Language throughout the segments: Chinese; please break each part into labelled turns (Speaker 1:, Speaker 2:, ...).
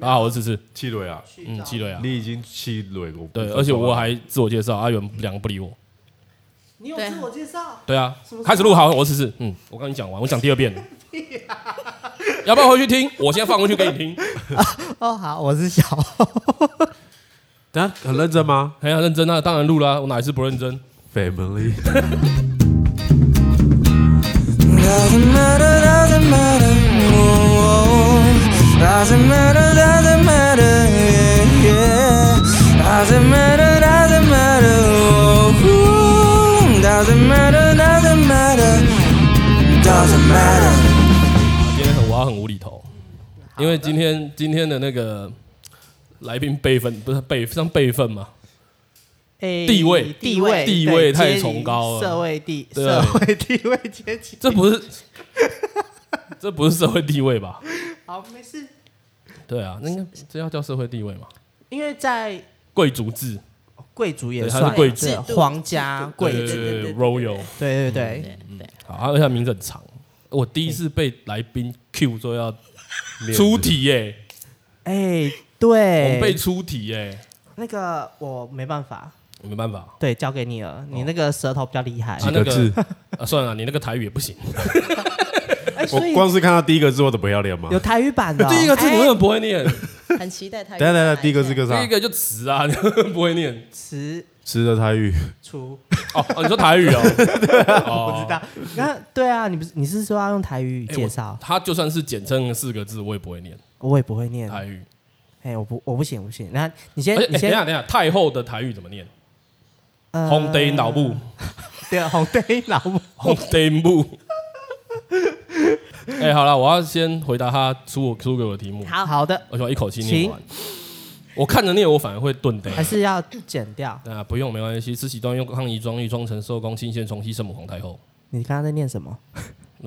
Speaker 1: 啊，我是芝芝，
Speaker 2: 气蕊啊，
Speaker 1: 嗯，基
Speaker 3: 记得。
Speaker 1: 瑞啊，
Speaker 2: 你已经气蕊过。
Speaker 1: 对，而且我还自我介绍，阿元两个不理我，
Speaker 3: 你有
Speaker 4: 对
Speaker 3: 自我介绍？
Speaker 1: 对啊
Speaker 3: 什么，
Speaker 1: 开始录好，我是芝芝，嗯，我跟你讲完，我讲第二遍了，要不要回去听？我先放回去给你听，
Speaker 4: 哦，好，我是小
Speaker 2: 等下很认真吗
Speaker 1: 很认真啊，当然录啦，我哪一次不认真？
Speaker 2: ？Family，
Speaker 5: Doesn't matter, doesn't matter, oh, oh. doesn't matter, doesn't matter, yeah, yeah. Doesn't matter, doesn't matter, oh, oh. doesn't matter, doesn't matter, doesn't matter.
Speaker 1: 今天很我要很无厘头，因为今天今天的那个来宾辈分不是辈像辈分嘛，
Speaker 4: 诶
Speaker 1: 地位
Speaker 4: 地位
Speaker 1: 地
Speaker 4: 对
Speaker 1: 位太
Speaker 4: 阶级
Speaker 1: 崇高了
Speaker 4: 社会地
Speaker 1: 对
Speaker 4: 社会地位阶级，
Speaker 1: 这不是这不是社会地位吧？
Speaker 4: 好没事，
Speaker 1: 对啊，那应该这要叫社会地位嘛？
Speaker 4: 因为在
Speaker 1: 贵族制，
Speaker 4: 贵族也
Speaker 1: 对他是
Speaker 4: 算
Speaker 1: 贵族
Speaker 4: 对
Speaker 3: 制度
Speaker 4: 皇家贵
Speaker 1: 对
Speaker 4: 族，
Speaker 1: 对对
Speaker 3: 对对对
Speaker 1: 对，royal。
Speaker 4: 对对对，
Speaker 3: 对，
Speaker 1: 好，而且他名字很长。我第一次被来宾 Q 说要出题耶、
Speaker 4: 哎
Speaker 1: 我们被
Speaker 4: 对，
Speaker 1: 出题耶、啊
Speaker 4: 那个我没办法，
Speaker 1: 我没办法。
Speaker 4: 对，交给你了，你那个舌头比较厉害，
Speaker 1: 啊
Speaker 2: 几个字？
Speaker 1: 啊，算了，你那个台语也不 行。
Speaker 4: 哎，
Speaker 2: 我
Speaker 4: 所以
Speaker 2: 光是看到第一个字我都不要脸吗？
Speaker 4: 有台语版的哦，
Speaker 1: 第一个字你为什么不会念？
Speaker 3: 很期待他。
Speaker 2: 等下等下，第一个是个
Speaker 1: 第
Speaker 2: 啥
Speaker 1: 一？个就词啊，你 为什么不会念。
Speaker 4: 词
Speaker 2: 吃的台语，
Speaker 4: 出，
Speaker 1: 哦哦，你说台 语哦，
Speaker 4: 我不知道，那对啊，你不是你是说要用台语
Speaker 1: 哎
Speaker 4: 介绍
Speaker 1: 我？他就算是简称四个字，我也不会念
Speaker 4: 我也不会念，
Speaker 1: 台语。
Speaker 4: 哎，我不我不行我不行，那你嗯先
Speaker 1: 而且，
Speaker 4: 你
Speaker 1: 哎等一
Speaker 4: 先
Speaker 1: 下等一下，太后的台语怎么念？
Speaker 4: 呃
Speaker 1: 红得脑部，
Speaker 4: 对啊，红对 老 母。
Speaker 1: 红得部。哎，好了，我要先回答他出我出给我的题目，
Speaker 4: 好好的，
Speaker 1: 而且我一口气念完。我看着念，我反而会顿呆。
Speaker 4: 还是要剪掉。
Speaker 1: 啊，不用，没关系。慈禧端用抗仪装玉装成寿宫钦献崇禧圣母皇太后，
Speaker 4: 你刚刚在念什么？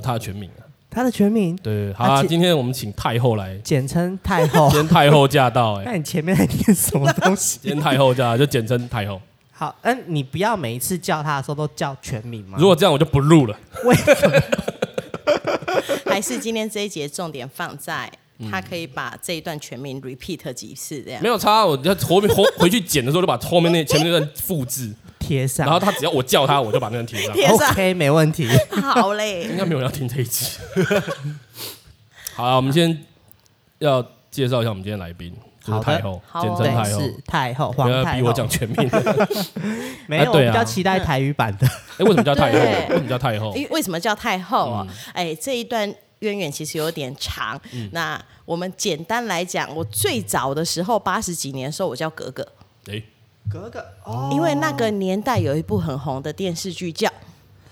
Speaker 1: 她的全名啊。
Speaker 4: 他的全名
Speaker 1: 对，好、
Speaker 4: 啊
Speaker 1: 啊，
Speaker 4: 其
Speaker 1: 今天我们请太后来，
Speaker 4: 简称太后。
Speaker 1: 今天太后驾到、哎，
Speaker 4: 那你前面在念什么东
Speaker 1: 今
Speaker 4: 西？
Speaker 1: 天太后驾到就简称太后。
Speaker 4: 好，嗯，你不要每一次叫他的时候都叫全名吗？
Speaker 1: 如果这样，我就不录了。
Speaker 4: 为什么？
Speaker 3: 还是今天这一节重点放在他可以把这一段全名 repeat 几次这样
Speaker 1: 没。有差，我要后 面回回去剪的时候，就把后面那前面那段复 制，
Speaker 4: 贴上？
Speaker 1: 然后他只要我叫他，我就把那段贴 上。
Speaker 3: 贴上
Speaker 4: OK，没问 题。
Speaker 3: 好嘞
Speaker 1: 应， 该没有人要听这一集。 好啊，我们先要介绍一下我们今天来宾，就
Speaker 4: 好
Speaker 1: 是
Speaker 4: 的
Speaker 1: 太后，
Speaker 3: 好
Speaker 1: 简
Speaker 3: 哦
Speaker 1: 称
Speaker 4: 对，
Speaker 1: 太后。
Speaker 4: 是太后，
Speaker 1: 不
Speaker 4: 皇
Speaker 1: 要
Speaker 4: 太后。
Speaker 1: 呃逼我讲全 名。
Speaker 4: 没有，
Speaker 1: 啊
Speaker 4: 我
Speaker 1: 对啊
Speaker 4: 比较期待台语版的。
Speaker 1: 哎，为什么叫太后？
Speaker 3: 对
Speaker 1: 为什么叫太后？
Speaker 3: 因为为什么叫太后
Speaker 2: 嗯
Speaker 3: 啊？哎，这一段渊源其实有点长。那我们简单来讲，我最早的时候八十几年的时候，我叫格格，
Speaker 1: 哎，
Speaker 4: 格格哦，
Speaker 3: 因为那个年代有一部很红的电 视剧叫《
Speaker 2: 《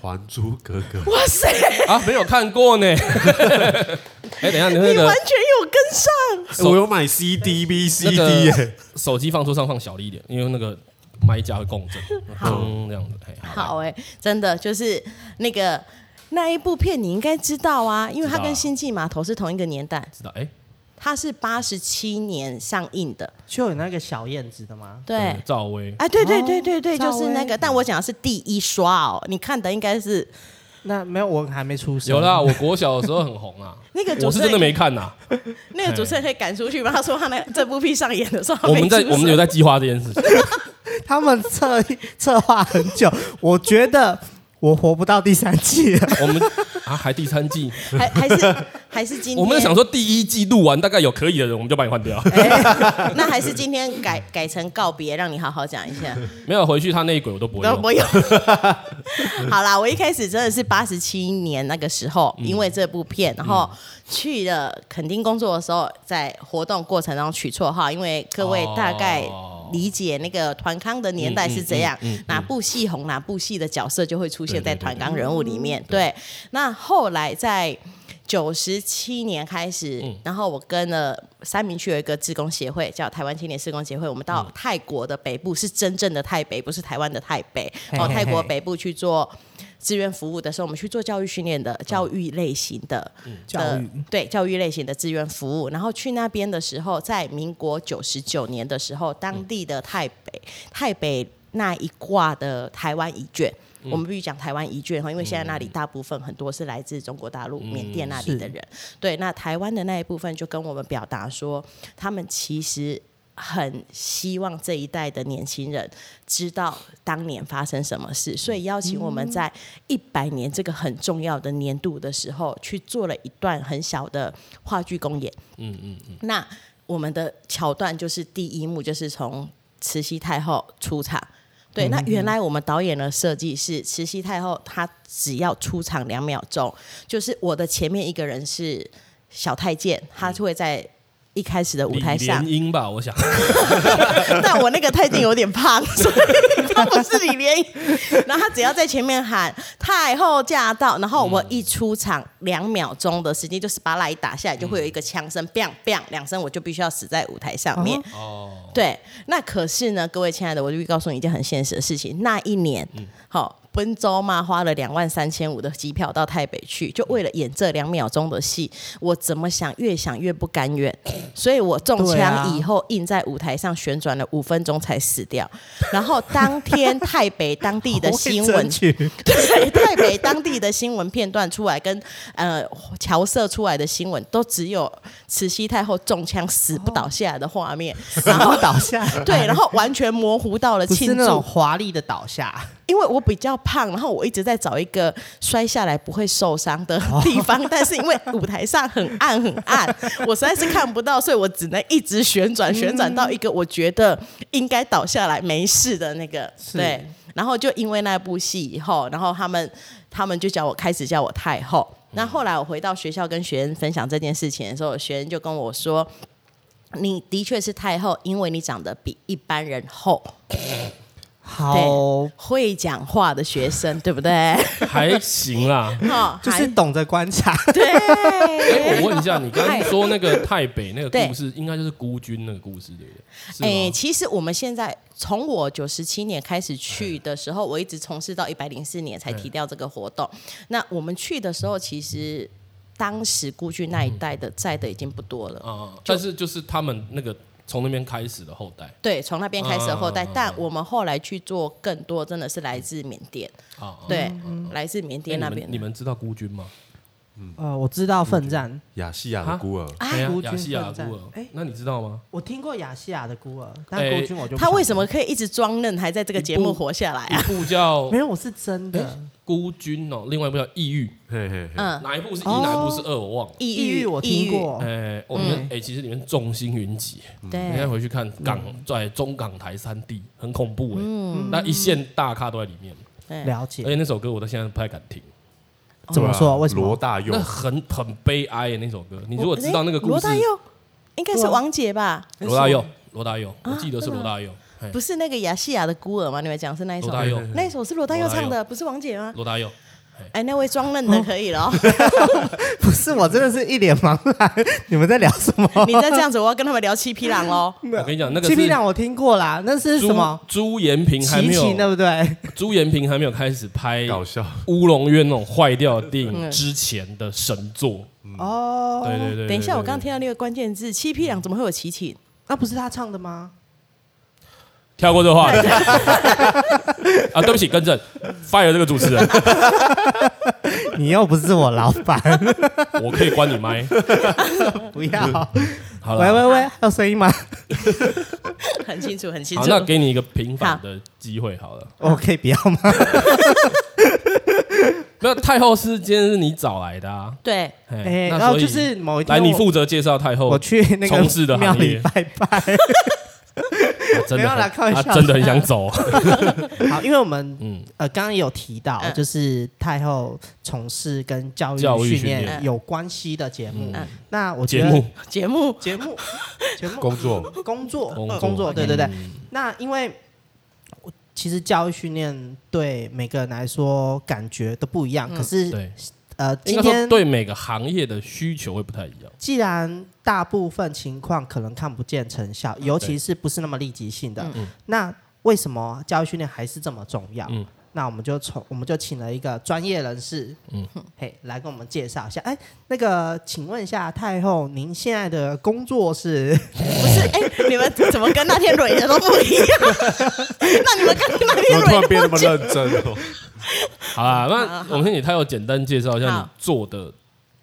Speaker 2: 还珠格格》
Speaker 3: 哇 塞》，
Speaker 1: 啊，没有看过呢。 哎，等一下，你那
Speaker 3: 你
Speaker 1: 个
Speaker 3: 完全有跟上。
Speaker 2: 欸我有买 CD、
Speaker 1: 那
Speaker 2: VCD
Speaker 1: 个
Speaker 2: 耶。
Speaker 1: 手机放桌上放小力一点，因为那个麦架会共振，嗯，这样子。哎，好，
Speaker 3: 好哎、真的就是那个那一部片你应该知道啊，因为它
Speaker 1: 知道
Speaker 3: 跟《星际码头》是同一个年代，
Speaker 1: 知道。哎，
Speaker 3: 它是八十七年上映的。
Speaker 4: 就有那个小燕子的吗？
Speaker 3: 对，
Speaker 1: 嗯赵薇，
Speaker 3: 哎，对对对对对，
Speaker 4: 哦赵
Speaker 3: 就是那个，
Speaker 4: 薇
Speaker 3: 但我讲的是第一刷哦，你看的应该是
Speaker 4: 那没有，我还没出生。
Speaker 1: 有啦，我国小的时候很红 啊。
Speaker 3: 那个主
Speaker 1: 我是
Speaker 3: 持人
Speaker 1: 真的没看呐。
Speaker 3: 那个主持人可以赶出去吗？他说他那这部片上演的时候，
Speaker 1: 我们在
Speaker 3: 没出
Speaker 1: 哎我们有在计划这件事 情。
Speaker 4: 他们策策划很久，我觉得我活不到第三季了。
Speaker 1: 我们啊，还第三季，
Speaker 3: 声还还是还是今天，
Speaker 1: 我们想说第一季录完大概有可以的人，我们就把你换掉。
Speaker 3: 哎，那还是今天改改成告别，让你好好讲一下。
Speaker 1: 没有回去他那一轨我都不会
Speaker 3: 都
Speaker 1: 用。
Speaker 3: 不用。 好啦，我一开始真的是八十七年那个时候，
Speaker 1: 嗯
Speaker 3: 因为这部片，然后去了垦丁工作的时候，在活动过程中取绰号，因为各位
Speaker 1: 哦
Speaker 3: 大概理解那个团康的年
Speaker 1: 嗯
Speaker 3: 代是怎样，哪部戏红，哪部戏的角色就会出现在团康人物里
Speaker 1: 嗯
Speaker 3: 面。对，那后来在。九十七年开始，
Speaker 4: 嗯
Speaker 3: 然后我跟了三明区有一个志工协会，叫台湾青年志工协会。我们到泰国的北部，是真正的泰北，不是台湾的泰北。
Speaker 4: 嘿
Speaker 3: 哦，
Speaker 4: 嘿
Speaker 3: 泰国
Speaker 4: 嘿
Speaker 3: 北部去做志愿服务的时候，我们去做教育训练的教育类型的
Speaker 4: 教
Speaker 3: 的
Speaker 4: 育
Speaker 3: 对教育类型的志愿服务。然后去那边的时候，在民国九十九年的时候，当地的泰北泰北那一挂的台湾一卷。
Speaker 4: 嗯
Speaker 3: 我们必须讲台湾一卷哈，因为现在那里大部分很多是来自中国大
Speaker 4: 嗯
Speaker 3: 陆、缅甸那里的人。对，那台湾的那一部分就跟我们表达说，他们其实很希望这一代的年轻人知道当年发生什么事，所以邀请我
Speaker 4: 嗯
Speaker 3: 们在一百年这个很重要的年度的时候，去做了一段很小的话剧公演。
Speaker 1: 嗯
Speaker 3: 那我们的桥段就是第一幕，就是从慈禧太后出场。
Speaker 1: 嗯
Speaker 3: 对，那原来我们导演的设计是慈禧太后，她只要出场两秒钟，就是我的前面一个人是小太监，她就会在一开始的舞
Speaker 1: 嗯李
Speaker 3: 台上
Speaker 1: 莲，英吧，我想
Speaker 3: 但我那个太监有点胖，所以他不是李莲英。然后他只要在前面喊“太后驾到”，然后我一出场两秒钟的时间，就是把来打下来，就会有一个枪声 “bang bang” 两声，我就必须要死在舞台上面。
Speaker 1: 哦，
Speaker 3: 对，那可是呢，各位亲爱的，我就告诉你一件很现实的事情。那一年，
Speaker 4: 嗯
Speaker 3: 好、温州嘛，花了两万三千五的机票到台北去，就为了演这两秒钟的戏。我怎么想，越想越不甘愿，所以我中
Speaker 4: 对啊
Speaker 3: 枪以后，硬在舞台上旋转了五分钟才死掉。然后当天台北当地的新
Speaker 4: 我会
Speaker 3: 闻
Speaker 4: 争取
Speaker 3: 对台北当地的新闻片段出来，跟呃侨社出来的新闻，都只有慈禧太后中枪死不倒下来的画面，然后
Speaker 4: 然后倒下 来，
Speaker 3: 对，然后完全模糊到了
Speaker 4: 不是
Speaker 3: 庆
Speaker 4: 那种
Speaker 3: 祝，
Speaker 4: 华丽的倒下，
Speaker 3: 因为我比较胖，然后我一直在找一个摔下来不会受伤的
Speaker 4: 哦
Speaker 3: 地方，但是因为舞台上很暗很 暗，我实在是看不到，所以我只能一直旋
Speaker 4: 嗯
Speaker 3: 转，旋转到一个我觉得应该倒下来没事的那个，对。然后就因为那部戏以后，然后他们他们就叫我开始叫我太后。
Speaker 4: 嗯
Speaker 3: 那后来我回到学校跟学生分享这件事情的时候，学生就跟我说：“你的确是太后，因为你长得比一般人厚。”
Speaker 4: 好，
Speaker 3: 会讲话的学生，对 不对？
Speaker 1: 还行啦。
Speaker 3: 哈，
Speaker 4: 就
Speaker 3: 还
Speaker 4: 是懂得观察，
Speaker 1: 哎，
Speaker 3: 对。
Speaker 1: 我问一下，你刚刚
Speaker 3: 哎
Speaker 1: 说那个太北那个
Speaker 3: 对
Speaker 1: 故事，应该就是孤军那个故事对不对？是吗
Speaker 3: 哎、其实我们现在从我九十七年开始去的时候，我一直从事到一百零四年才提掉这个活动。那我们去的时候，其实当时孤军那一代的在的已经不多了。
Speaker 1: 啊，但是就是他们那个从那边开始的后代
Speaker 3: 对，从那边开始的后代，
Speaker 1: 嗯嗯嗯
Speaker 3: 但我们后来去做更多，真的是来自缅甸，
Speaker 1: 啊，啊，
Speaker 3: 对，来自缅
Speaker 1: 哎
Speaker 3: 甸
Speaker 1: 你
Speaker 3: 那
Speaker 1: 们
Speaker 3: 边
Speaker 1: 你。们知道孤军吗？
Speaker 4: 呃，我知道奋战，
Speaker 2: 亚细亚的孤儿，
Speaker 3: 啊
Speaker 1: 哎呀
Speaker 4: 孤军
Speaker 1: 亚细亚
Speaker 4: 奋战
Speaker 1: 孤儿
Speaker 4: 哎，
Speaker 1: 那你知道吗？
Speaker 4: 我听过雅西亚的孤儿，但
Speaker 1: 哎
Speaker 4: 孤军我就不
Speaker 3: 他为什
Speaker 4: 晓
Speaker 3: 么可以一直装嫩，还在这个节目活下来啊？
Speaker 1: 一部叫
Speaker 4: 得没有？我是真的
Speaker 1: 哎孤军哦，另外一部叫异域，
Speaker 2: 嘿嘿嘿，
Speaker 3: 嗯，
Speaker 1: 哪一部是一，
Speaker 4: 哦
Speaker 1: 哪一部是二，我忘了。
Speaker 3: 抑
Speaker 4: 抑郁，我
Speaker 3: 抑
Speaker 4: 听
Speaker 3: 郁
Speaker 4: 过，
Speaker 1: 哎，我
Speaker 3: 嗯
Speaker 1: 们哎，其实里面众星云集，
Speaker 3: 哎
Speaker 1: 你现在
Speaker 3: 对，
Speaker 1: 回去看港
Speaker 3: 嗯
Speaker 1: 在中港台三地很恐怖哎，那一线大咖都在里面，
Speaker 3: 对
Speaker 4: 了
Speaker 1: 而
Speaker 4: 解
Speaker 1: 且那首歌我到现在不太敢听，哎
Speaker 4: 怎么
Speaker 2: 对啊
Speaker 4: 说？为什
Speaker 2: 罗
Speaker 4: 么？
Speaker 2: 大佑
Speaker 1: 那很很悲哀耶那首歌。你如果知道那个故事，啊
Speaker 3: 罗大佑应该是王姐吧？
Speaker 1: 罗大佑，罗大
Speaker 4: 啊
Speaker 1: 佑，我记得是罗大佑，哎
Speaker 3: 不是那个亚细亚的孤儿吗？你们讲是那一首
Speaker 1: 罗？大佑，
Speaker 3: 那一首是罗大佑唱
Speaker 1: 罗大
Speaker 3: 的，不是王姐吗？
Speaker 1: 罗大佑，
Speaker 3: 哎，那位装嫩的可以了哦。
Speaker 4: 不是我真的是一脸茫然， 你们在聊什么？
Speaker 3: 你再这样子，我要跟他们聊七匹狼哦 喽。
Speaker 1: 我跟你讲，那 个
Speaker 4: 七
Speaker 1: 是
Speaker 4: 匹狼我听过啦，那是
Speaker 1: 朱
Speaker 4: 什么？
Speaker 1: 朱延平还
Speaker 4: 齐
Speaker 1: 没
Speaker 4: 秦对
Speaker 1: 有，
Speaker 4: 不对？
Speaker 1: 朱延平还没有开始拍
Speaker 2: 搞
Speaker 1: 《
Speaker 2: 笑，
Speaker 1: 乌龙院》那种坏掉的电影
Speaker 3: 嗯
Speaker 1: 之前的神作。
Speaker 4: 哦，
Speaker 1: 对对对，对
Speaker 3: 等一下，
Speaker 1: 对
Speaker 3: 我刚刚
Speaker 1: 对
Speaker 3: 听到那个关键字“七匹狼”，怎么会有齐秦？
Speaker 4: 那不是他唱的吗？
Speaker 1: 跳过这个 话 题啊，对不起，更正，fire 这个主持 人，
Speaker 4: 你又不是我老板，
Speaker 1: 我可以关你麦。
Speaker 4: 不要。
Speaker 1: 好
Speaker 4: 喂
Speaker 1: 了，
Speaker 4: 喂喂，还有 声音吗？
Speaker 3: 很清楚，很清
Speaker 1: 好，
Speaker 3: 楚。
Speaker 1: 那给你一个平反的机会好了。
Speaker 4: 我哦可以不要吗？
Speaker 1: 那太后是今天是你找来的啊，
Speaker 3: 对，
Speaker 1: 嘿
Speaker 4: 哎，
Speaker 1: 那
Speaker 4: 然后
Speaker 1: 所以
Speaker 4: 就是某一天
Speaker 1: 来
Speaker 4: 我，
Speaker 1: 你负责介绍太后
Speaker 4: 我去那
Speaker 1: 从事
Speaker 4: 个
Speaker 1: 的
Speaker 4: 庙
Speaker 1: 行
Speaker 4: 里
Speaker 1: 业，
Speaker 4: 拜拜。
Speaker 1: 啊真
Speaker 4: 没
Speaker 1: 的
Speaker 4: 有
Speaker 1: 很
Speaker 4: 啦开玩
Speaker 1: 啊
Speaker 4: 笑
Speaker 1: 真的很想 走。
Speaker 4: 好，因为我们
Speaker 1: 嗯，
Speaker 4: 呃刚刚有提到，
Speaker 3: 嗯
Speaker 4: 就是太后从事跟教
Speaker 1: 教育
Speaker 4: 育
Speaker 1: 训
Speaker 4: 训
Speaker 1: 练
Speaker 4: 练有关系的节目
Speaker 3: 嗯。
Speaker 4: 那我觉
Speaker 1: 节
Speaker 4: 得
Speaker 1: 目
Speaker 3: 节目
Speaker 4: 节目节目
Speaker 2: 工 作
Speaker 4: 工作
Speaker 1: 工作
Speaker 4: 工作，对对对。
Speaker 1: 嗯
Speaker 4: 那因为我其实教育训练对每个人来说感觉都不一样，可是
Speaker 1: 嗯对，
Speaker 4: 呃，
Speaker 1: 应
Speaker 4: 今
Speaker 1: 该说
Speaker 4: 天
Speaker 1: 对每个行业的需求会不太一样。
Speaker 4: 既然大部分情况可能看不见成效，
Speaker 1: 啊
Speaker 4: 尤其是不是那么立即性的，那为什么教育训练还是这么重要？
Speaker 1: 嗯
Speaker 4: 那我们就从我们就请了一个专业人士，嗯，嘿，来跟我们介绍一下。哎，那个，请问一下太后，您现在的工作 是？
Speaker 3: 不是哎，你们怎么跟那 天蕊的都不一样？那你们跟那
Speaker 2: 怎
Speaker 3: 天
Speaker 2: 么突
Speaker 3: 蕊
Speaker 2: 然变那
Speaker 3: 的
Speaker 2: 么
Speaker 3: 不一样
Speaker 2: 认真哦？
Speaker 1: 好啦，
Speaker 3: 好
Speaker 1: 那我们先请他有简单介绍一下你
Speaker 3: 好
Speaker 1: 做的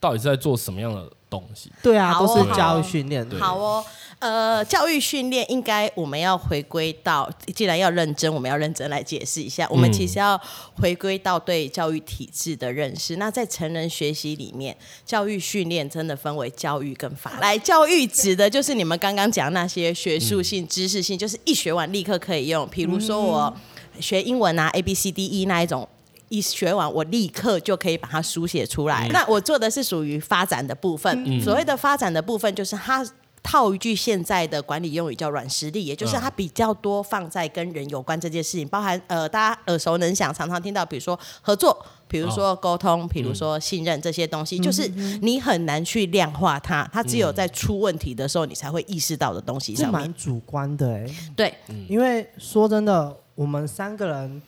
Speaker 1: 到底是在做什么样的东西。
Speaker 4: 对啊，
Speaker 3: 好哦
Speaker 4: 都是教育训练的。
Speaker 3: 好哦，呃，教育训练应该我们要回归到，既然要认真，我们要认真来解释一下。我们其实要回归到对教育体制的认识。那在成人学习里面，教育训练真的分为教育跟法。来，教育指的就是你们刚刚讲那些学术性、知识性，就是一学完立刻可以用。比如说我学英文啊，A B C D E 那一种。一学完，我立刻就可以把它书写出来。那我做的是属于发展的部分。所谓的发展的部分，就是它套一句现在的管理用语叫软实力，也就是它比较多放在跟人有关这件事情，包含呃大家耳熟能详，常常听到，比如说合作，比如说沟通，比如说信任这些东西，就是你很难去量化它，它只有在出问题的时候，你才会意识到的东西
Speaker 4: 是
Speaker 3: 上面
Speaker 4: 蛮。主观的哎、
Speaker 3: 对，
Speaker 1: 嗯
Speaker 4: 因为说真的，我们三个人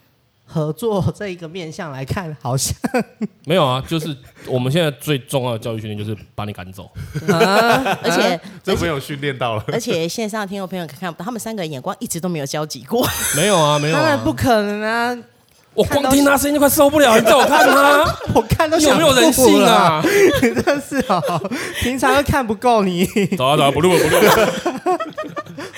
Speaker 4: 合作这一个面向来看，好像
Speaker 1: 没有啊，就是我们现在最重要的教育训练就是把你赶走。
Speaker 3: 而且
Speaker 2: 这没有训练到了，
Speaker 3: 而且线上听众朋友看不到，他们三个人眼光一直都没有交集过。
Speaker 1: 没有啊，没有
Speaker 4: 当然
Speaker 1: 啊
Speaker 4: 不，可能啊，
Speaker 1: 我
Speaker 4: 看
Speaker 1: 光
Speaker 4: 到
Speaker 1: 听他声音就快受不了，你叫我看 他
Speaker 4: 我看都
Speaker 1: 有
Speaker 4: 想
Speaker 1: 没有人
Speaker 4: 吐
Speaker 1: 性
Speaker 4: 了
Speaker 1: 啊？
Speaker 4: 真的是哦，平常都看不够 你。
Speaker 1: 走啊走啊，不录了不录了。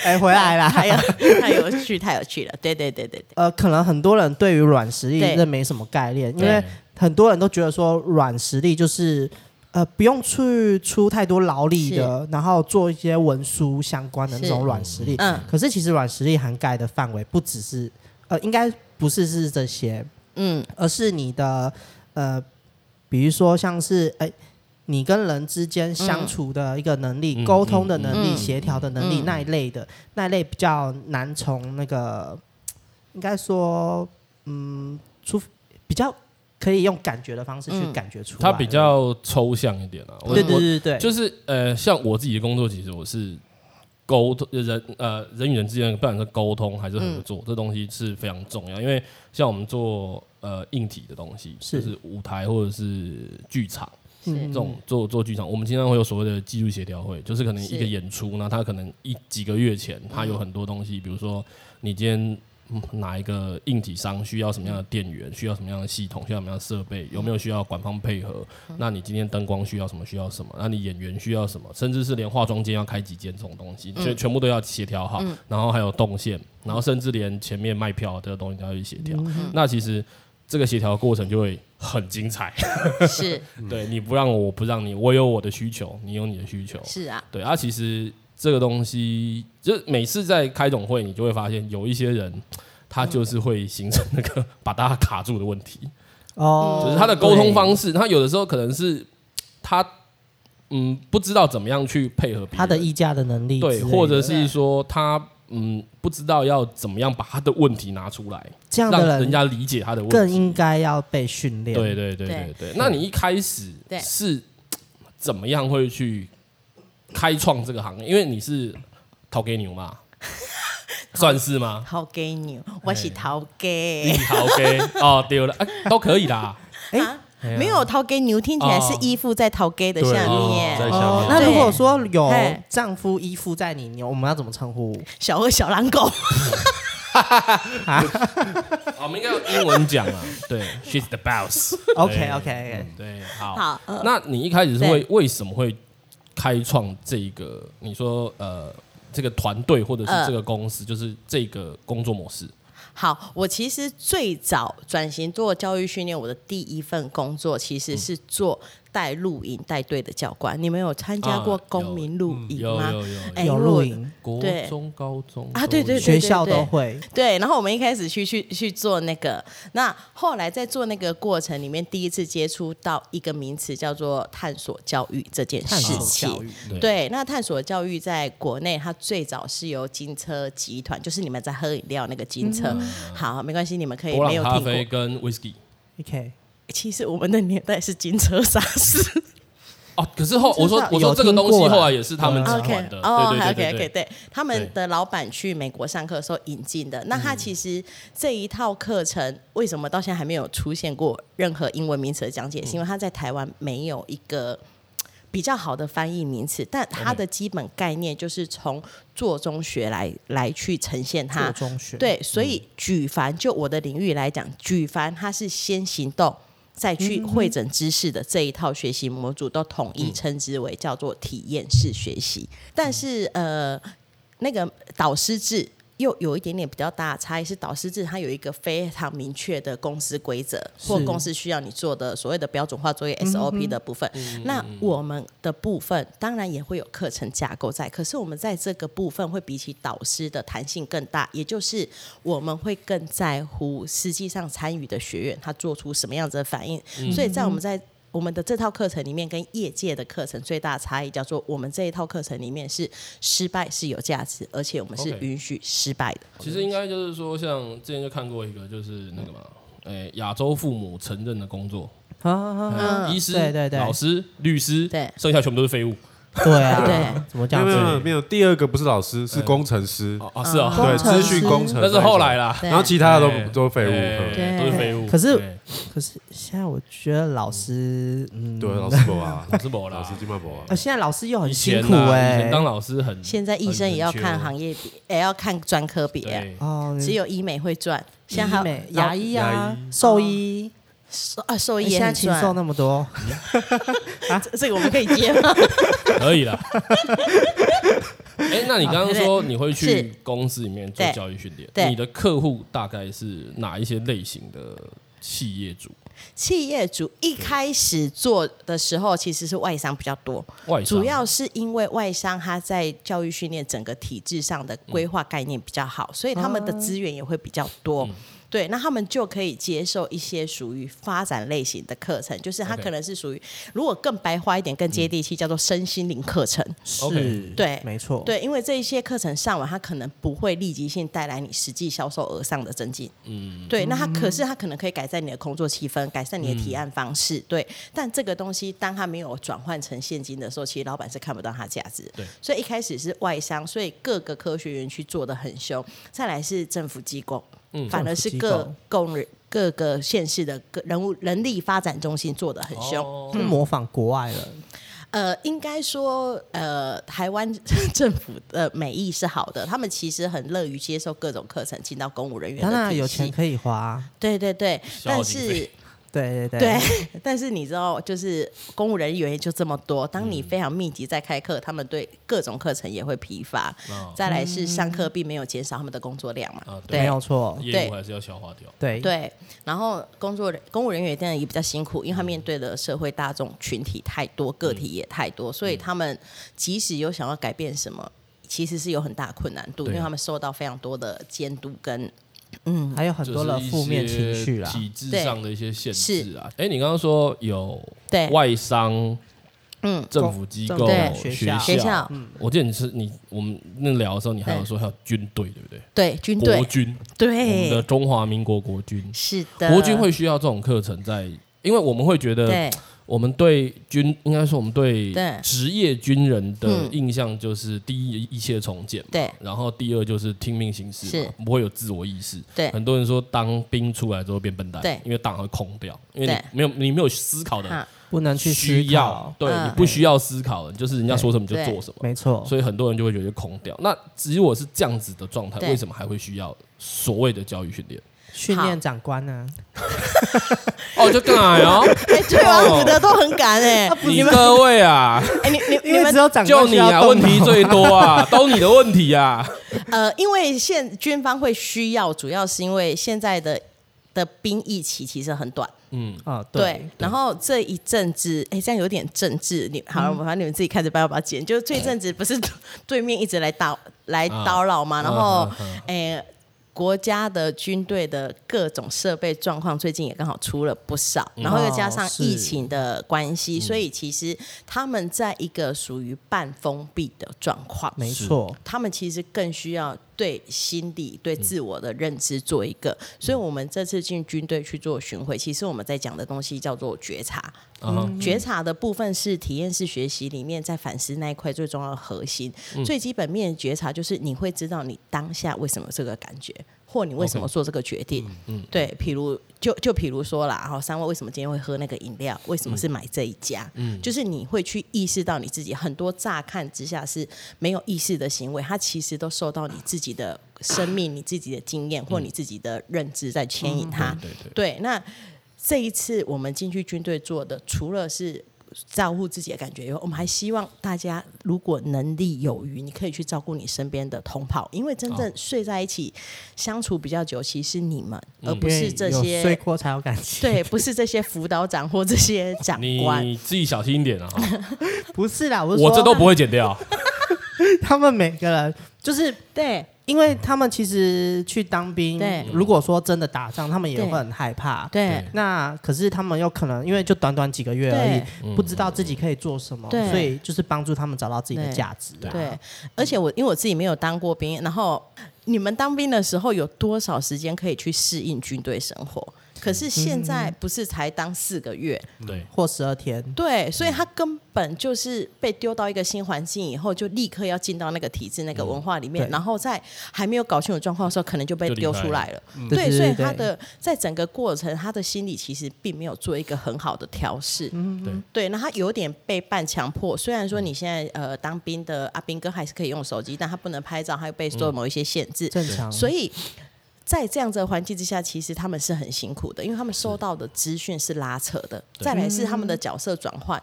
Speaker 4: 哎、回来啦。
Speaker 3: 还有 太有趣，太有趣了。对对对对对，
Speaker 4: 呃，可能很多人对于软实力
Speaker 3: 对
Speaker 4: 这没什么概念，因
Speaker 1: 对
Speaker 4: 为很多人都觉得说软实力就是呃不用去出太多劳力的，然后做一些文书相关的那种
Speaker 3: 是
Speaker 4: 软实力。
Speaker 3: 嗯
Speaker 4: 可是其实软实力涵盖的范围不只是呃，应该不是是这些，
Speaker 3: 嗯，
Speaker 4: 而是你的呃，比如说像是哎、你跟人之间相处的一个能力、
Speaker 1: 嗯
Speaker 4: 沟通的能力、
Speaker 3: 嗯
Speaker 4: 协调的能力、
Speaker 3: 嗯
Speaker 4: 那一类的，那一类比较难从那个应该说嗯，出比较可以用感觉的方式去
Speaker 3: 嗯
Speaker 4: 感觉出来。
Speaker 1: 他比较抽象一点啊，我
Speaker 4: 对对
Speaker 1: 我
Speaker 4: 对对对，
Speaker 1: 就是呃，像我自己的工作，其实我是沟通人呃人与人之间的，不管是沟通还是
Speaker 4: 嗯
Speaker 1: 合作，这东西是非常重要。因为像我们做呃硬体的东西，
Speaker 4: 是
Speaker 1: 就是舞台或者是剧场
Speaker 4: 嗯
Speaker 1: 这种做做剧场，我们经常会有所谓的技术协调会，就是可能一个
Speaker 3: 是
Speaker 1: 演出，那他可能一几个月前，他有很多东西，比如说你今天。嗯哪一个硬体商需要什么样的电源，需要什么样的系统，需要什么样的设备，有没有需要管方配合？那你今天灯光需要什么？需要什么？那你演员需要什么？甚至是连化妆间要开几间这种东西，全、全部都要协调好。然后还有动线，然后甚至连前面卖票这个东西都要去协调。那其实这个协调过程就会很精彩。
Speaker 3: 是
Speaker 4: 嗯
Speaker 1: 对你不让我，我不让你，我有我的需求，你有你的需求。
Speaker 3: 是啊，
Speaker 1: 对啊，其实这个东西，就是每次在开总会，你就会发现有一些人，他就是会形成那个把大家卡住的问题，
Speaker 4: 哦，
Speaker 1: 就是他的沟通
Speaker 4: 对
Speaker 1: 方式，他有的时候可能是他嗯不知道怎么样去配合别人，
Speaker 4: 他的议价的能力之类
Speaker 1: 对，
Speaker 4: 的，
Speaker 1: 或者是说他嗯不知道要怎么样把他的问题拿出来，
Speaker 4: 这样
Speaker 1: 让
Speaker 4: 的
Speaker 1: 人
Speaker 4: 人
Speaker 1: 家理解他的问题，
Speaker 4: 更应该要被训练。
Speaker 1: 对对对对对。那你一开始
Speaker 3: 对
Speaker 1: 是怎么样会去开创这个行业？因为你是陶给牛嘛，算是吗？
Speaker 3: 陶给牛，我是陶给
Speaker 1: 你。陶给哦，对了，啊都可以啦。
Speaker 3: 啊，没有陶给牛，听起来是依附在陶给的下
Speaker 2: 对
Speaker 3: 面
Speaker 2: 哦，
Speaker 4: 哦，
Speaker 2: 对
Speaker 4: 那如果说有
Speaker 3: 嘿
Speaker 4: 丈夫依附在你，你我们要怎么称呼？
Speaker 3: 小恶小狼狗。
Speaker 1: 好哦我们应该用英文讲啊。对，She's the boss。
Speaker 4: OK OK，
Speaker 1: 对，好。
Speaker 3: 好呃
Speaker 1: 那你一开始是
Speaker 3: 对
Speaker 1: 会为什么会开创这个？你说呃，这个团队或者是
Speaker 3: 呃
Speaker 1: 这个公司，就是这个工作模式。
Speaker 3: 好，我其实最早转型做教育训练，我的第一份工作其实是做带露营带队的教官。你们有参加过
Speaker 1: 啊有
Speaker 3: 公民露营
Speaker 1: 有
Speaker 3: 吗？
Speaker 1: 有有，
Speaker 3: 哎
Speaker 4: 有
Speaker 3: 因为
Speaker 4: 露
Speaker 3: 我
Speaker 4: 营，
Speaker 1: 国
Speaker 3: 对
Speaker 1: 中、高中
Speaker 3: 啊
Speaker 1: 都
Speaker 3: 对对
Speaker 1: 有
Speaker 3: 对
Speaker 4: 学校都会。
Speaker 3: 对，然后我们一开始去去去做那个，那后来在做那个过程里面，第一次接触到一个名词叫做探索教育这件
Speaker 4: 探
Speaker 3: 事
Speaker 4: 索
Speaker 3: 情。
Speaker 4: 教育，
Speaker 1: 对
Speaker 3: 对，那探索教育在国内，它最早是由金车集团，就是你们在喝饮料那个金车。好，没关系，你们可以
Speaker 1: 嗯波浪
Speaker 3: 没有
Speaker 1: 咖
Speaker 3: 听
Speaker 1: 啡
Speaker 3: 过。
Speaker 1: 跟 whisky
Speaker 4: ，OK，
Speaker 3: 其实我们的年代是金车沙士。
Speaker 1: 哦，可是后
Speaker 4: 这是
Speaker 1: 我说我说
Speaker 4: 有
Speaker 1: 这个东
Speaker 4: 听
Speaker 1: 西
Speaker 4: 过啦
Speaker 1: 后来也是他们集
Speaker 3: 啊 OK，
Speaker 1: 团的，
Speaker 3: 哦
Speaker 1: 对对对
Speaker 3: OK
Speaker 1: 对对。
Speaker 3: OK，
Speaker 1: 嗯
Speaker 3: 对，他们的老板去美国上课的时候引进的。那他其实这一套课程为什么到
Speaker 1: 嗯
Speaker 3: 现在还没有出现过任何英文名词的讲解？是因为他在台湾没有一个。比较好的翻译名词，但它的基本概念就是从做中学来来去呈现它
Speaker 4: 做。中学，
Speaker 3: 对，所以举凡就我的领域来讲，举凡它是先行动。再去会诊知识的这一套学习模组，都统一称之为叫做体验式学习。但是呃，那个导师制又有一点点比较大的差异，是导师制它有一个非常明确的公司规则或
Speaker 4: 是
Speaker 3: 公司需要你做的所谓的标准化作业 SOP 的部分。那我们的部分当然也会有课程架构在，可是我们在这个部分会比起导师的弹性更大，也就是我们会更在乎实际上参与的学员他做出什么样子的反应。所以在我们在我们的这套课程里面跟业界的课程最大的差异叫做，我们这一套课程里面是失败是有价值，而且我们是
Speaker 1: OK
Speaker 3: 允许失败的。
Speaker 1: 其实应该就是说，像之前就看过一个，就是那个嘛，诶，亚洲父母承认的工作，
Speaker 4: 啊啊，啊
Speaker 3: 嗯
Speaker 1: 哎医师、
Speaker 4: 对对对
Speaker 1: 老师、律师，
Speaker 3: 对
Speaker 1: 剩下全部都是废物。
Speaker 4: 对啊，
Speaker 3: 对，
Speaker 4: 怎么
Speaker 2: 没
Speaker 4: 讲
Speaker 2: 有没
Speaker 4: 这
Speaker 2: 有没
Speaker 4: 个？
Speaker 2: 有没有，第二个不是老师，是工程师，
Speaker 1: 哦，是
Speaker 3: 嗯
Speaker 1: 啊，
Speaker 2: 对，
Speaker 4: 程
Speaker 2: 资
Speaker 4: 师
Speaker 2: 讯工程。
Speaker 1: 但是后来，啦，
Speaker 3: 对
Speaker 2: 然后其他的
Speaker 1: 对
Speaker 2: 都都废物。嗯
Speaker 1: 对，都是废物。
Speaker 4: 可是
Speaker 1: 对
Speaker 4: 可是现在我觉得老师，嗯，
Speaker 2: 对，老师不啊，
Speaker 1: 老师博
Speaker 2: 老
Speaker 1: 啦
Speaker 2: 师，金曼博啊
Speaker 3: 嗯
Speaker 4: 啊，，现在老师又很
Speaker 1: 以
Speaker 4: 辛
Speaker 1: 前
Speaker 4: 苦
Speaker 1: 啦以
Speaker 4: 哎
Speaker 1: 前，当老师很，
Speaker 3: 欸现在医生也要看行啊
Speaker 1: 业，
Speaker 3: 业别，也要看专科别，
Speaker 1: 啊对，
Speaker 4: 哦，
Speaker 3: 只有医美会赚，现
Speaker 4: 医
Speaker 3: 在还有
Speaker 4: 美牙医啊
Speaker 2: 牙，
Speaker 4: 兽医，
Speaker 3: 兽啊兽
Speaker 4: 哎
Speaker 3: 医也
Speaker 4: 现在啊
Speaker 3: 很
Speaker 4: 禽兽
Speaker 3: 赚，
Speaker 4: 那么多，
Speaker 3: 这 这个我们可以接吗？
Speaker 1: 可以啦。 哎，那你刚刚说你会
Speaker 3: 是
Speaker 1: 去公司里面做
Speaker 3: 对
Speaker 1: 教育训练，
Speaker 3: 对
Speaker 1: 你的客户大概是哪一些类型的企业主？
Speaker 3: 企业主一开始做的时候，其实是外商比较多，
Speaker 1: 外商
Speaker 3: 主要是因为外商他在教育训练整个体制上的规划概念比较
Speaker 1: 嗯
Speaker 3: 好，所以他们的资源也会比较多。对，那他们就可以接受一些属于发展类型的课程，就是他
Speaker 1: OK 嗯
Speaker 3: 可能是属于如果更白话一点、更接地气，叫做身心灵课程。
Speaker 4: 是
Speaker 1: OK，，
Speaker 3: 对
Speaker 4: 没错，，
Speaker 3: 对，因为这一些课程上完，它可能不会立即性带来你实际销售额上的增进。嗯，对，那它可是它可能可以改善你的工作气氛，改善你的提案方式，对。但这个东西当它没有转换成现金的时候，其实老板是看不到它价值。
Speaker 1: 对
Speaker 3: 所以一开始是外商，所以各个科学园区做的很凶，再来是政府机构，嗯，反而
Speaker 4: 政
Speaker 3: 是
Speaker 4: 府
Speaker 3: 各
Speaker 4: 机
Speaker 3: 工人。各个县市的各人物人力发展中心做的很凶，
Speaker 1: 哦
Speaker 4: 是模仿国外了，
Speaker 3: 呃，应该说，呃，台湾 政府的美意是好的，他们其实很乐于接受各种课程，进到公务人员
Speaker 4: 当
Speaker 3: 的
Speaker 4: 然啊
Speaker 3: 体
Speaker 4: 有钱
Speaker 3: 系。
Speaker 4: 可以花，
Speaker 3: 对对对，
Speaker 1: 消耗
Speaker 3: 但
Speaker 1: 经
Speaker 3: 是
Speaker 1: 费
Speaker 4: 对对
Speaker 3: 对， 但是你知道，就是公务人员就这么多，当你非常密集在开课，他们对各种课程也会疲乏。
Speaker 1: 哦
Speaker 3: 再来是上课并没有减少他们的工作量嘛，
Speaker 1: 啊，
Speaker 3: 对
Speaker 4: 没有错，
Speaker 1: 业务还是要消化掉。
Speaker 4: 对，
Speaker 3: 对，然后工作人公务人员当然也比较辛苦，因为他面对的社会大众群体太多，个
Speaker 1: 嗯
Speaker 3: 体也太多，所以他们即使有想要改变什么，其实是有很大困难度，因
Speaker 1: 对
Speaker 3: 为他们受到非常多的监督跟
Speaker 4: 还有很
Speaker 1: 就
Speaker 4: 多
Speaker 1: 是
Speaker 4: 的
Speaker 1: 一
Speaker 4: 负面情
Speaker 1: 些
Speaker 4: 绪啦，
Speaker 1: 体制
Speaker 3: 对
Speaker 1: 上的一些限
Speaker 3: 是
Speaker 1: 制啊。哎，你刚刚说有
Speaker 3: 对
Speaker 1: 外商、
Speaker 3: 嗯
Speaker 1: 政府机
Speaker 4: 政
Speaker 1: 构、
Speaker 3: 对
Speaker 1: 学
Speaker 4: 学校
Speaker 3: 学校，
Speaker 1: 我记得你是你我们那聊的时候，你还有
Speaker 3: 对
Speaker 1: 说还有军队，对不对？
Speaker 3: 对哎军
Speaker 1: 国
Speaker 3: 队，
Speaker 1: 军，我们的
Speaker 3: 对，
Speaker 1: 中华民国国军，
Speaker 3: 是的，
Speaker 1: 国军会需要这种课程在，因为我们会觉得
Speaker 3: 对
Speaker 1: 我们对军，应该说我们对
Speaker 3: 对
Speaker 1: 职业军人的
Speaker 3: 嗯
Speaker 1: 印象就是第一一切从简嘛，
Speaker 3: 对
Speaker 1: 然后第二就是听命行事嘛，不会有自我意识。
Speaker 3: 对
Speaker 1: 很多人说当兵出来之后变笨蛋，
Speaker 3: 对
Speaker 1: 因为档案会空掉，因为
Speaker 3: 对
Speaker 1: 你没有你没有思考的
Speaker 3: 啊
Speaker 4: 不能去思
Speaker 1: 需要
Speaker 4: 考，，
Speaker 1: 对
Speaker 3: 嗯
Speaker 1: 你不需要思考的，就是人家说什么你就
Speaker 3: 对
Speaker 1: 做什么。
Speaker 4: 没错，
Speaker 1: 所以很多人就会觉得空掉。那如果是这样子的状态，
Speaker 3: 对
Speaker 1: 为什么还会需要所谓的教育训 练？
Speaker 4: 训
Speaker 3: 好
Speaker 4: 练长官啊呢，
Speaker 1: 哦，就改哦，
Speaker 3: 哎，退完伍的都很 敢哎，
Speaker 1: 你各位啊，
Speaker 3: 哎，你你
Speaker 4: 因
Speaker 3: 你
Speaker 4: 为
Speaker 3: 们
Speaker 4: 只有长官
Speaker 1: 就
Speaker 4: 需
Speaker 1: 你
Speaker 4: 要
Speaker 1: 啊，
Speaker 4: 动
Speaker 1: 问题
Speaker 4: 脑
Speaker 1: 最多啊，都你的问题啊。
Speaker 3: 呃，因为现军方会需要，主要是因为现在的的兵役期其实很短。
Speaker 4: 啊，
Speaker 3: 对，，然后这一阵子，哎，这样有点政治，你好了，我反正你们自己看着办要不要剪。就是这一阵子不是对面一直来打来
Speaker 1: 啊
Speaker 3: 叨扰嘛，然后
Speaker 1: 嗯嗯
Speaker 3: 哎，国家的军队的各种设备状况最近也刚好出了不少，然后又加上
Speaker 4: 哦是
Speaker 3: 疫情的关系，所以其实他们在一个属于半封闭的状况，
Speaker 4: 没错，
Speaker 3: 他们其实更需要对心理、对自我的认知做一个。所以，我们这次进军队去做巡回，其实我们在讲的东西叫做觉察。
Speaker 1: 啊，
Speaker 3: 觉察的部分是体验式学习里面在反思那一块最重要的核心。最基本面的觉察就是你会知道你当下为什么有这个感觉，或你为什么做这个决定。嗯，对，譬如就就譬如说啦，哈，三位为什么今天会喝那个饮料？为什么是买这一家？嗯，就是你会去意识到你自己很多乍看之下是没有意识的行为，它其实都受到你自己的生命、你自己的经验或你自己的认知在牵引它。
Speaker 1: 对对
Speaker 3: 对，那这一次我们进去军队做的，除了是照顾自己的感觉以外，我们还希望大家如果能力有余，你可以去照顾你身边的同袍，因为真正睡在一起、相处比较久，其实是你们，而不是这
Speaker 4: 因为有睡
Speaker 3: 些。
Speaker 4: 过才有感情。
Speaker 3: 对，不是这些辅导长或这些长官，
Speaker 1: 你自己小心一点啊！哈
Speaker 4: 不是啦，我是
Speaker 1: 我这
Speaker 4: 说
Speaker 1: 都 不会啊剪掉。
Speaker 4: 他们每个人就是
Speaker 3: 对
Speaker 4: 因为他们其实去当兵
Speaker 3: 对，
Speaker 4: 如果说真的打仗，他们也
Speaker 3: 对
Speaker 4: 会很害怕。
Speaker 3: 对
Speaker 4: 那可是他们有可能因为就短短几个月而
Speaker 1: 对嗯
Speaker 4: 已，不知道自己可以做什么，
Speaker 3: 对
Speaker 4: 所以就是帮助他们找到自己的价值啊。
Speaker 3: 对，而且我因为我自己没有当过兵，然后你们当兵的时候有多少时间可以去适应军队生活？可是现在不是才当四个月，
Speaker 1: 对，
Speaker 4: 或十二天，
Speaker 3: 对，所以他根本就是被丢到一个新环境以后，就立刻要进到那个体制、那个文化里面，
Speaker 4: 对
Speaker 3: 然后在还没有搞清楚状况的时候，可能就被
Speaker 1: 就离
Speaker 3: 丢
Speaker 1: 开
Speaker 3: 出
Speaker 1: 了
Speaker 3: 来了。嗯
Speaker 4: 对
Speaker 3: 对，
Speaker 4: 对
Speaker 3: 所以
Speaker 4: 对
Speaker 3: 他的在整个过程，他的心理其实并没有做一个很好的调试。
Speaker 1: 对
Speaker 3: 嗯对，那他有点被半强迫。虽然说你现在呃当兵的阿兵哥还是可以用手机，但他不能拍照，还有被做某一些限制。
Speaker 4: 正常。
Speaker 3: 所以在这样子的环境之下，其实他们是很辛苦的，因为他们收到的资讯是拉扯的，再来是他们的
Speaker 4: 嗯
Speaker 3: 角色转换。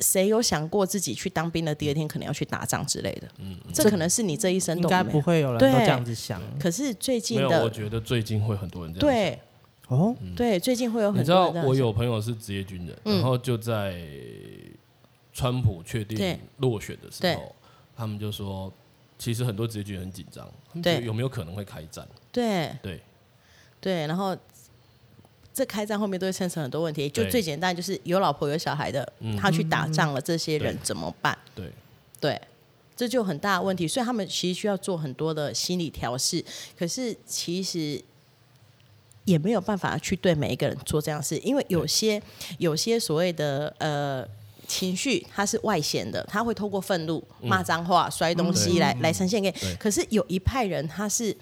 Speaker 3: 谁有想过自己去当兵的第二天可能要去打仗之类的？
Speaker 1: 嗯
Speaker 3: 这可能是你这一生
Speaker 4: 应
Speaker 3: 都
Speaker 4: 该
Speaker 3: 没
Speaker 4: 不
Speaker 3: 有。
Speaker 4: 会有人都
Speaker 3: 对
Speaker 4: 这样子想
Speaker 3: 可是最近
Speaker 1: 没有，我
Speaker 3: 的
Speaker 1: 觉得最近会很多人这样。，
Speaker 3: 对
Speaker 4: 哦。
Speaker 3: 对，最近会有
Speaker 1: 你
Speaker 3: 很
Speaker 1: 知
Speaker 3: 多
Speaker 1: 道
Speaker 3: 人这样
Speaker 1: 我
Speaker 3: 想
Speaker 1: 有朋友是职业军人，
Speaker 3: 嗯
Speaker 1: 然后就在川普确定
Speaker 3: 对
Speaker 1: 落选的时
Speaker 3: 对
Speaker 1: 候，他们就说，其实很多职业军人很紧张，他们
Speaker 3: 对
Speaker 1: 觉得有没有可能会开战？
Speaker 3: 对
Speaker 1: 对
Speaker 3: 对，然后。这开战后面都会牵扯很多问题，就
Speaker 1: 对
Speaker 3: 最简单就是有老婆有小孩的，
Speaker 1: 嗯
Speaker 3: 他去打仗了，这些人
Speaker 1: 对
Speaker 3: 怎么办？
Speaker 1: 对，
Speaker 3: 对，这就很大的问题。所以他们其实需要做很多的心理调试，可是其实也没有办法去对每一个人做这样的事，因为有些有些所谓的呃。情绪它是外显的，他会透过愤怒、骂脏话、摔东西来、来呈现给
Speaker 1: 嗯对。
Speaker 3: 可是有一派人他是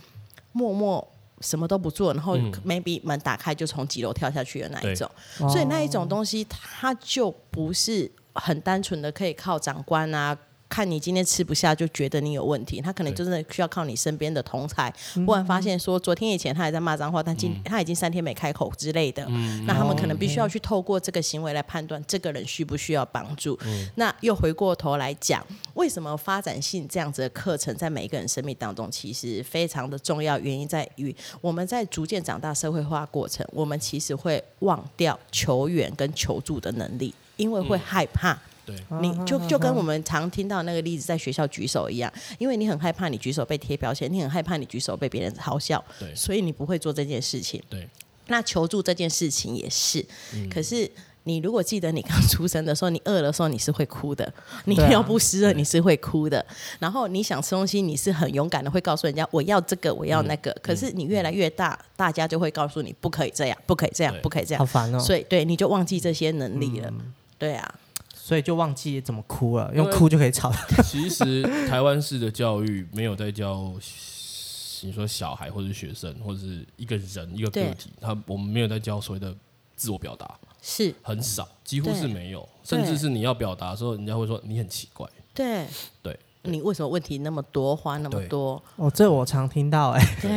Speaker 3: 默默什么都不做，然后
Speaker 1: 嗯
Speaker 3: maybe 门打开就从几楼跳下去的那一
Speaker 1: 对
Speaker 3: 种。
Speaker 4: 哦
Speaker 3: 所以那一种东西，它就不是很单纯的可以靠长官啊。看你今天吃不下，就觉得你有问题，他可能
Speaker 1: 对
Speaker 3: 真的需要靠你身边的同才，不然发现说昨天以前他还在骂脏话，但今、
Speaker 1: 嗯
Speaker 3: 他已经三天没开口之类的，那他们可能必须要去透过这个行为来判断这个人需不需要帮助。那又回过头来讲，为什么发展性这样子的课程在每一个人生命当中其实非常的重要？原因在于我们在逐渐长大社会化过程，我们其实会忘掉求援跟求助的能力，因为会害怕。
Speaker 1: 对
Speaker 4: 嗯
Speaker 3: 你就就跟我们常听到那个例子，在学校举手一样，因为你很害怕你举手被贴标签，你很害怕你举手被别人嘲笑，
Speaker 1: 对
Speaker 3: 所以你不会做这件事情。
Speaker 1: 对
Speaker 3: 那求助这件事情也是，
Speaker 4: 嗯
Speaker 3: 可是你如果记得你刚 出生的时候，你饿的时候你是会哭的，你
Speaker 4: 对啊
Speaker 3: 尿不湿了你是会哭的，然后你想吃东西你是很勇敢的会告诉人家我要这个我要那个，
Speaker 4: 嗯
Speaker 3: 可是你越来越大，大家就会告诉你不可以这样，不可以这样
Speaker 1: 对，
Speaker 3: 不可以这
Speaker 4: 好
Speaker 3: 样，
Speaker 4: 烦哦，嗯
Speaker 3: 所以对你就忘记这些能力了，对啊，
Speaker 4: 所以就忘记怎么哭了，用哭就可以吵。
Speaker 1: 其实台湾式的教育没有在教小，你说小孩或者学生或者是一个人一个个
Speaker 3: 对
Speaker 1: 体，他我们没有在教所谓的自我表达，
Speaker 3: 是
Speaker 1: 很少，几乎
Speaker 3: 对
Speaker 1: 是没有，甚至
Speaker 3: 对
Speaker 1: 是你要表达的时候，人家会说你很奇怪。
Speaker 3: 对
Speaker 1: 对。
Speaker 3: 你为什么问题那么多，花那么
Speaker 1: 对
Speaker 3: 多？
Speaker 4: 哦，这我常听到哎，
Speaker 3: 对，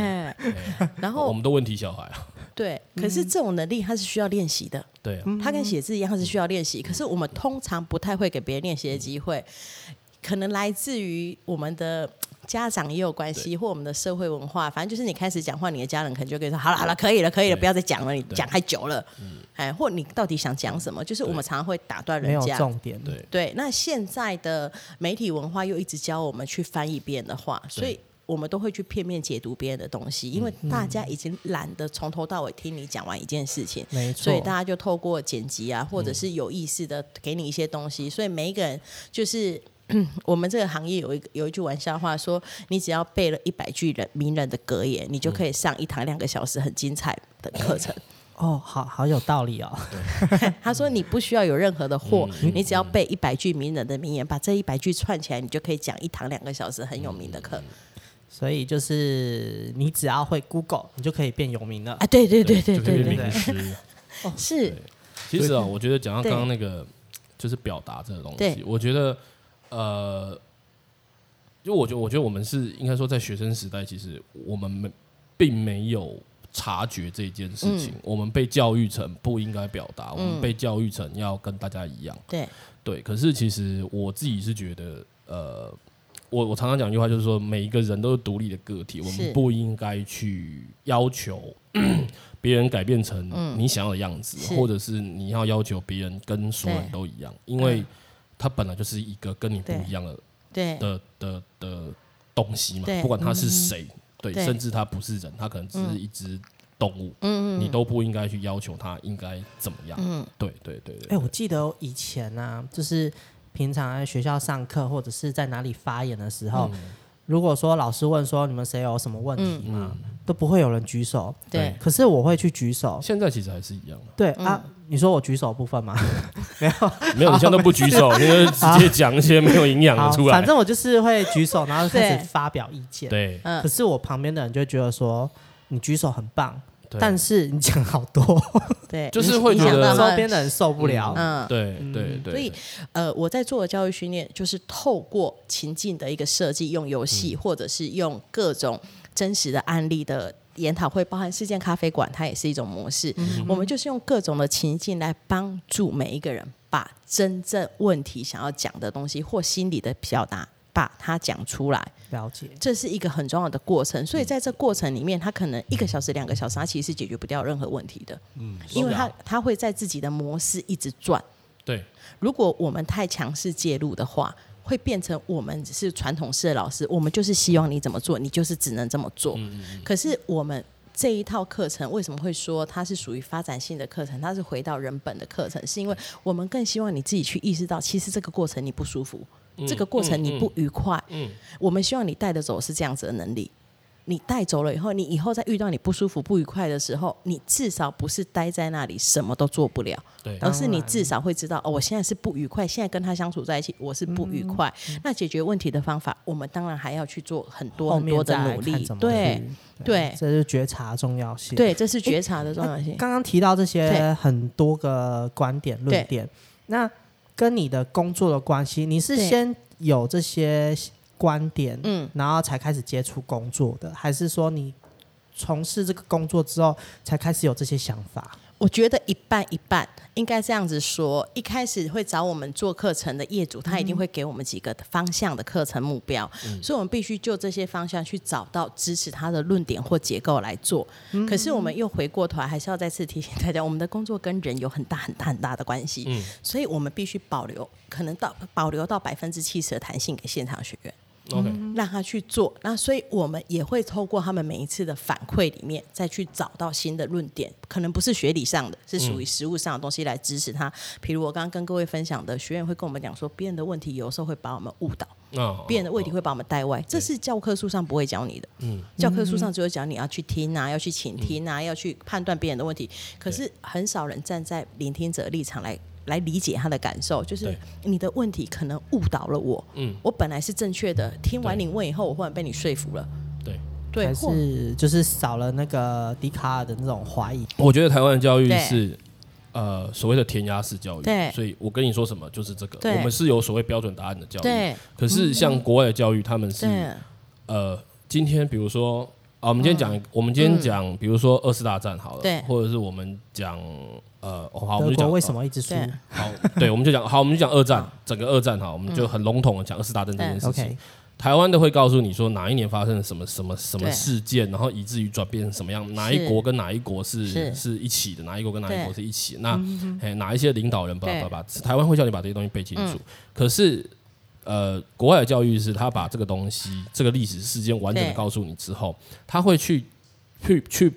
Speaker 3: 然
Speaker 1: 我
Speaker 3: 后
Speaker 1: 们都问题小孩啊，
Speaker 3: 对，可是这种能力它是需要练习的。
Speaker 1: 对
Speaker 4: 嗯
Speaker 1: 啊，
Speaker 3: 它跟写字一样，它是需要练习。可是我们通常不太会给别人练习的机会，
Speaker 1: 嗯
Speaker 3: 可能来自于我们的家长也有关系，或我们的社会文化。反正就是你开始讲话，你的家人可能就跟你说：“好了，好了，可以了，可以了，
Speaker 1: 对嗯
Speaker 3: 不要再讲了，你讲太久了。”哎，或你到底想讲什么？就是我们常常会打断
Speaker 4: 没
Speaker 3: 人
Speaker 4: 有
Speaker 3: 家。
Speaker 4: 重点。
Speaker 1: 对
Speaker 3: 对，那现在的媒体文化又一直教我们去翻译别人的话，所以我们都会去片面解读别人的东西，因为
Speaker 4: 嗯
Speaker 3: 大家已经懒得从头到尾听你讲完一件事情，
Speaker 4: 没错
Speaker 3: 所以大家就透过剪辑啊，或者是有意识的给你一些东西，所以每一个人就是。 我们这个行业有一个有一句玩笑话说，你只要背了一百句人名人的格言，你就
Speaker 4: 嗯
Speaker 3: 可以上一堂两个小时很精彩的课程。
Speaker 4: 哦，好好有道理哦。
Speaker 3: 他说：“你不需要有任何的货，
Speaker 1: 嗯
Speaker 3: 你只要背
Speaker 1: 嗯
Speaker 3: 一百句名人的名言，把这一百句串起来，你就可以讲一堂两个小时很有名的课。
Speaker 4: 所以就是你只要会 Google，你就可以变有名了。
Speaker 3: 啊，对对对对
Speaker 1: 就可以
Speaker 3: 对
Speaker 1: 变
Speaker 3: 对，
Speaker 1: 名师。
Speaker 3: 是
Speaker 1: 其实啊，我觉得讲到
Speaker 3: 对
Speaker 1: 刚刚那个，就是表达这个东
Speaker 3: 对
Speaker 1: 西，我觉得呃，因为我觉得，我觉得我们是应该说，在学生时代，其实我们没并没有察觉这件事情，
Speaker 3: 嗯
Speaker 1: 我们被教育成不应该表达，我们被教育成要跟大家一样。
Speaker 3: 对，
Speaker 1: 对，可是其实我自己是觉得，呃，我我常常讲一句话，就是说每一个人都是独立的个体，我
Speaker 3: 是
Speaker 1: 们不应该去要求别人改变成你想要的样子，
Speaker 3: 嗯是
Speaker 1: 或者是你要要求别人跟所有人
Speaker 3: 对嗯
Speaker 1: 都一样，因为他本来就是一个跟你不
Speaker 3: 对
Speaker 1: 一样的
Speaker 3: 对
Speaker 1: 的的的东西嘛
Speaker 3: 对，嗯
Speaker 1: 不管他是谁，对，
Speaker 3: 对嗯
Speaker 1: 甚至他不是人，他可能只是一只动物，你都不应该去要求他应该怎么样，
Speaker 3: 嗯
Speaker 1: 对对对对
Speaker 4: 哎、，我记得我以前啊，就是平常在学校上课或者是在哪里发言的时候，如果说老师问说你们谁有什么问题吗，都不会有人举手。
Speaker 3: 对
Speaker 4: 可是我会去举手。
Speaker 1: 现在其实还是一样的。
Speaker 4: 对、啊，你说我举手的部分吗？
Speaker 1: 没有，你现在都不举 手，你就直接讲一些没有营养
Speaker 4: 好
Speaker 1: 的出来。
Speaker 4: 反正我就是会举手，然后开
Speaker 3: 对
Speaker 4: 始发表意见。
Speaker 1: 对，
Speaker 3: 嗯
Speaker 4: 可是我旁边的人就会觉得说你举手很棒，
Speaker 1: 对
Speaker 4: 但是你讲好多，
Speaker 3: 对，
Speaker 1: 就是会
Speaker 3: 影
Speaker 1: 觉
Speaker 3: 响
Speaker 1: 得
Speaker 3: 到他
Speaker 4: 周
Speaker 3: 们
Speaker 4: 边的人受不了。
Speaker 3: 嗯，
Speaker 1: 对对对，
Speaker 3: 所以呃，我在做的教育训练就是透过情境的一个设计，用游
Speaker 1: 嗯
Speaker 3: 戏、或者是用各种真实的案例的。研讨会包含事件咖啡馆，它也是一种模式。
Speaker 1: 嗯
Speaker 3: 我们就是用各种的情境来帮助每一个人，把真正问题想要讲的东西或心理的表达，把它讲出来。
Speaker 4: 了解，
Speaker 3: 这是一个很重要的过程，
Speaker 1: 嗯
Speaker 3: 所以在这过程里面，他可能一个小时、两个小时，他其实是解决不掉任何问题的，嗯，因为他他会在自己的模式一直转。
Speaker 1: 对
Speaker 3: 如果我们太强势介入的话，会变成我们只是传统式的老师，我们就是希望你怎么做，你就是只能这么做。可是我们这一套课程为什么会说它是属于发展性的课程？它是回到人本的课程，是因为我们更希望你自己去意识到，其实这个过程你不舒服，这个过程你不愉快。我们希望你带得走是这样子的能力。你带走了以后，你以后再遇到你不舒服、不愉快的时候，你至少不是待在那里什么都做不了。
Speaker 1: 对
Speaker 3: 而是你至少会知道，哦，我现在是不愉快，现在跟他相处在一起，我是不
Speaker 4: 嗯
Speaker 3: 愉快。那解决问题的方法，我们当然还要去做很多
Speaker 4: 后
Speaker 3: 很
Speaker 4: 面
Speaker 3: 多
Speaker 4: 再
Speaker 3: 的
Speaker 4: 来
Speaker 3: 努
Speaker 4: 看
Speaker 3: 力
Speaker 4: 怎。么
Speaker 3: 对
Speaker 4: 去
Speaker 3: 对
Speaker 4: 这是觉察的重要性。
Speaker 3: 对，这是觉察的重要性。
Speaker 4: 刚刚提到这些
Speaker 3: 对
Speaker 4: 很多个观点论点，那跟你的工作的关系，你是
Speaker 3: 对
Speaker 4: 先有这些观点，
Speaker 3: 嗯
Speaker 4: 然后才开始接触工作的，还是说你从事这个工作之后才开始有这些想法？
Speaker 3: 我觉得一半一半，应该这样子说。一开始会找我们做课程的业主，他一定会给我们几个方向的课程目标，所以我们必须就这些方向去找到支持他的论点或结构来做。可是我们又回过头来，还是要再次提醒大家，我们的工作跟人有很大很大很大的关系，所以我们必须保留，可能到保留到百分之七十的弹性给现场学员。
Speaker 1: ，OK，
Speaker 3: 让他去做。那所以我们也会透过他们每一次的反馈里面，再去找到新的论点，可能不是学理上的，是属于实物上的东西来支持他。比如我刚刚跟各位分享的，学员会跟我们讲说，别人的问题有时候会把我们误导。
Speaker 1: 那
Speaker 3: 别人的
Speaker 1: 哦
Speaker 3: 问题会把我们带歪，这是教科书上不会教你的。
Speaker 1: 嗯
Speaker 3: 教科书上
Speaker 4: 嗯
Speaker 3: 只有讲你要去听啊，要去倾听啊，要去判断别人的问题。可是很少人站在聆听者立场来来理解他的感受，就是
Speaker 1: 对
Speaker 3: 你的问题可能误导了我。
Speaker 1: 嗯
Speaker 3: 我本来是正确的，听完你问以后，我忽然被你说服了。
Speaker 1: 对，
Speaker 3: 对，
Speaker 4: 还
Speaker 3: 或
Speaker 4: 是就是少了那个笛卡尔的那种怀疑？
Speaker 1: 我觉得台湾的教育
Speaker 3: 对
Speaker 1: 是呃所谓的填鸭式教育，
Speaker 3: 对
Speaker 1: 所以我跟你说什么就是这个，
Speaker 3: 对
Speaker 1: 我们是有所谓标准答案的教育，
Speaker 3: 对嗯
Speaker 1: 可是像国外的教育，他们是
Speaker 3: 对
Speaker 1: 呃，今天比如说啊，我们今天讲，我们今天讲，比如说二次大战好了，
Speaker 3: 嗯对
Speaker 1: 或者是我们讲呃，哦好，我
Speaker 4: 德
Speaker 1: 们就
Speaker 4: 国
Speaker 1: 讲
Speaker 4: 为什么一直输？
Speaker 3: 对
Speaker 1: 好， 对，我们就讲好，我们就讲二战，整个二战哈，我们
Speaker 3: 嗯
Speaker 1: 就很笼统的讲二次大战这件事情
Speaker 4: OK。
Speaker 1: 台湾的会告诉你说哪一年发生了什么什么什么
Speaker 3: 对
Speaker 1: 事件，然后以至于转变成什么样，哪一国跟哪一国是
Speaker 3: 是
Speaker 1: 是一起的，哪一国跟哪一
Speaker 3: 对嗯
Speaker 1: 国是一起的，那哎哪一些领导人吧
Speaker 3: 对嗯
Speaker 1: 吧吧，台湾会叫你把这些东西背清楚。可是呃，国外的教育是他把这个东西、这个历史事件完整的
Speaker 3: 对
Speaker 1: 告诉你之后，他会去去去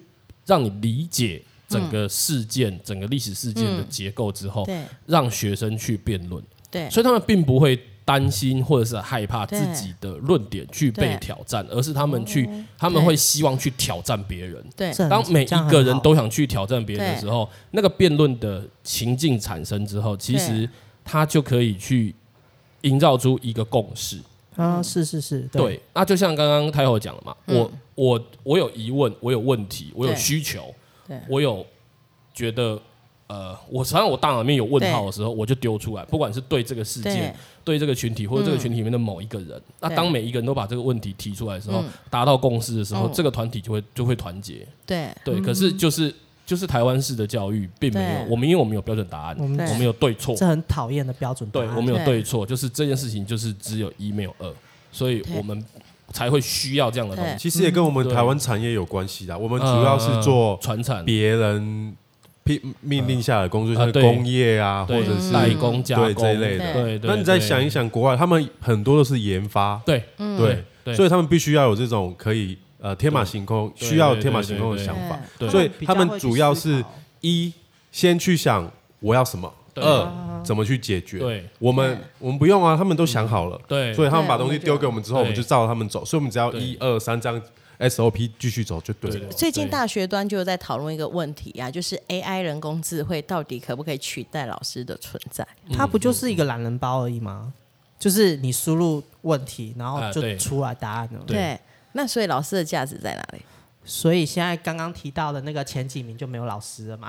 Speaker 1: 让你理解整个事件、整个历史事件的结构之后，
Speaker 3: 嗯对
Speaker 1: 让学生去辩论，
Speaker 3: 对
Speaker 1: 所以他们并不会担心或者是害怕自己的论点去被挑战，而是他们去，他们会希望去挑战别人。
Speaker 3: 对
Speaker 4: 这很
Speaker 1: 当每
Speaker 4: 这样
Speaker 1: 一
Speaker 4: 很
Speaker 1: 个人
Speaker 4: 好
Speaker 1: 都想去挑战别人的时候，那个辩论的情境产生之后，其实他就可以去营造出一个共识。
Speaker 4: 啊，是是是，
Speaker 1: 对，那就像刚刚太后讲了嘛，我我我有疑问，我有问题，我有
Speaker 3: 嗯对
Speaker 1: 需求
Speaker 3: 对，
Speaker 1: 我有觉得呃，我常常我大脑里面有问号的时候，我就丢出来，不管是对这个世界
Speaker 3: 对、嗯
Speaker 1: 对这个群体或者这个群体里面的某一个人，那
Speaker 3: 对
Speaker 1: 当每一个人都把这个问题提出来的时候，达到共识的时候，
Speaker 3: 嗯
Speaker 1: 这个团体就会就会团结。
Speaker 3: 对
Speaker 1: 对，可是就是就是台湾式的教育并没有
Speaker 3: 对，
Speaker 1: 我们因为我们有标准答案，
Speaker 4: 我
Speaker 1: 我
Speaker 4: 们
Speaker 1: 们有对错，
Speaker 4: 这很讨厌的标准答
Speaker 1: 对
Speaker 4: 案。
Speaker 1: 我们有
Speaker 3: 对
Speaker 1: 对错，就是这件事情就是只有一没有二，所以
Speaker 3: 对
Speaker 1: 我们才会需要这样的东西。
Speaker 2: 其实也跟我们
Speaker 1: 对
Speaker 2: 台湾产业有关系的。我们主要是做
Speaker 1: 呃传产，
Speaker 2: 别人命命令下的工作，
Speaker 1: 呃
Speaker 2: 像
Speaker 1: 对
Speaker 2: 工业啊，或
Speaker 1: 对
Speaker 2: 者是
Speaker 1: 代工加工
Speaker 2: 对这一类的。
Speaker 1: 嗯对对。对
Speaker 2: 那你再想一，想，国外他们很多都是研发，
Speaker 1: 对
Speaker 2: 对
Speaker 1: 对，
Speaker 2: 所以他们必须要有这种可以呃天马行空，
Speaker 1: 对
Speaker 2: 需要天马行空的
Speaker 1: 对
Speaker 2: 想
Speaker 3: 对
Speaker 2: 法。
Speaker 1: 对
Speaker 2: 所以
Speaker 4: 比较
Speaker 2: 他们
Speaker 4: 会去
Speaker 2: 主要
Speaker 4: 思
Speaker 2: 是
Speaker 4: 考
Speaker 2: 一先去想我要什么，
Speaker 1: 对
Speaker 3: 啊
Speaker 2: 二怎么去解决。
Speaker 1: 对
Speaker 2: 我们我们不用啊，他们都想好了。
Speaker 1: 对
Speaker 2: 所以他们
Speaker 3: 对
Speaker 2: 把
Speaker 3: 我们
Speaker 2: 东西
Speaker 3: 就
Speaker 2: 丢给我们之后，
Speaker 1: 对
Speaker 2: 我们就照着他们走。所以我们只要
Speaker 1: 对
Speaker 2: 一二三这样 SOP 继续走就对
Speaker 1: 对
Speaker 2: 了。
Speaker 3: 最近
Speaker 1: 对
Speaker 3: 大学端就有在讨论一个问题啊，就是 AI 人工智慧到底可不可以取代老师的存在？
Speaker 1: 嗯
Speaker 4: 它不就是一个懒人包而已吗？就是你输入问题，然后
Speaker 1: 啊
Speaker 4: 就
Speaker 1: 对
Speaker 4: 出来答案了。
Speaker 1: 对
Speaker 3: 那所以老师的价值在哪里？
Speaker 4: 所以现在刚刚提到的那个前几名就没有老师 了嘛？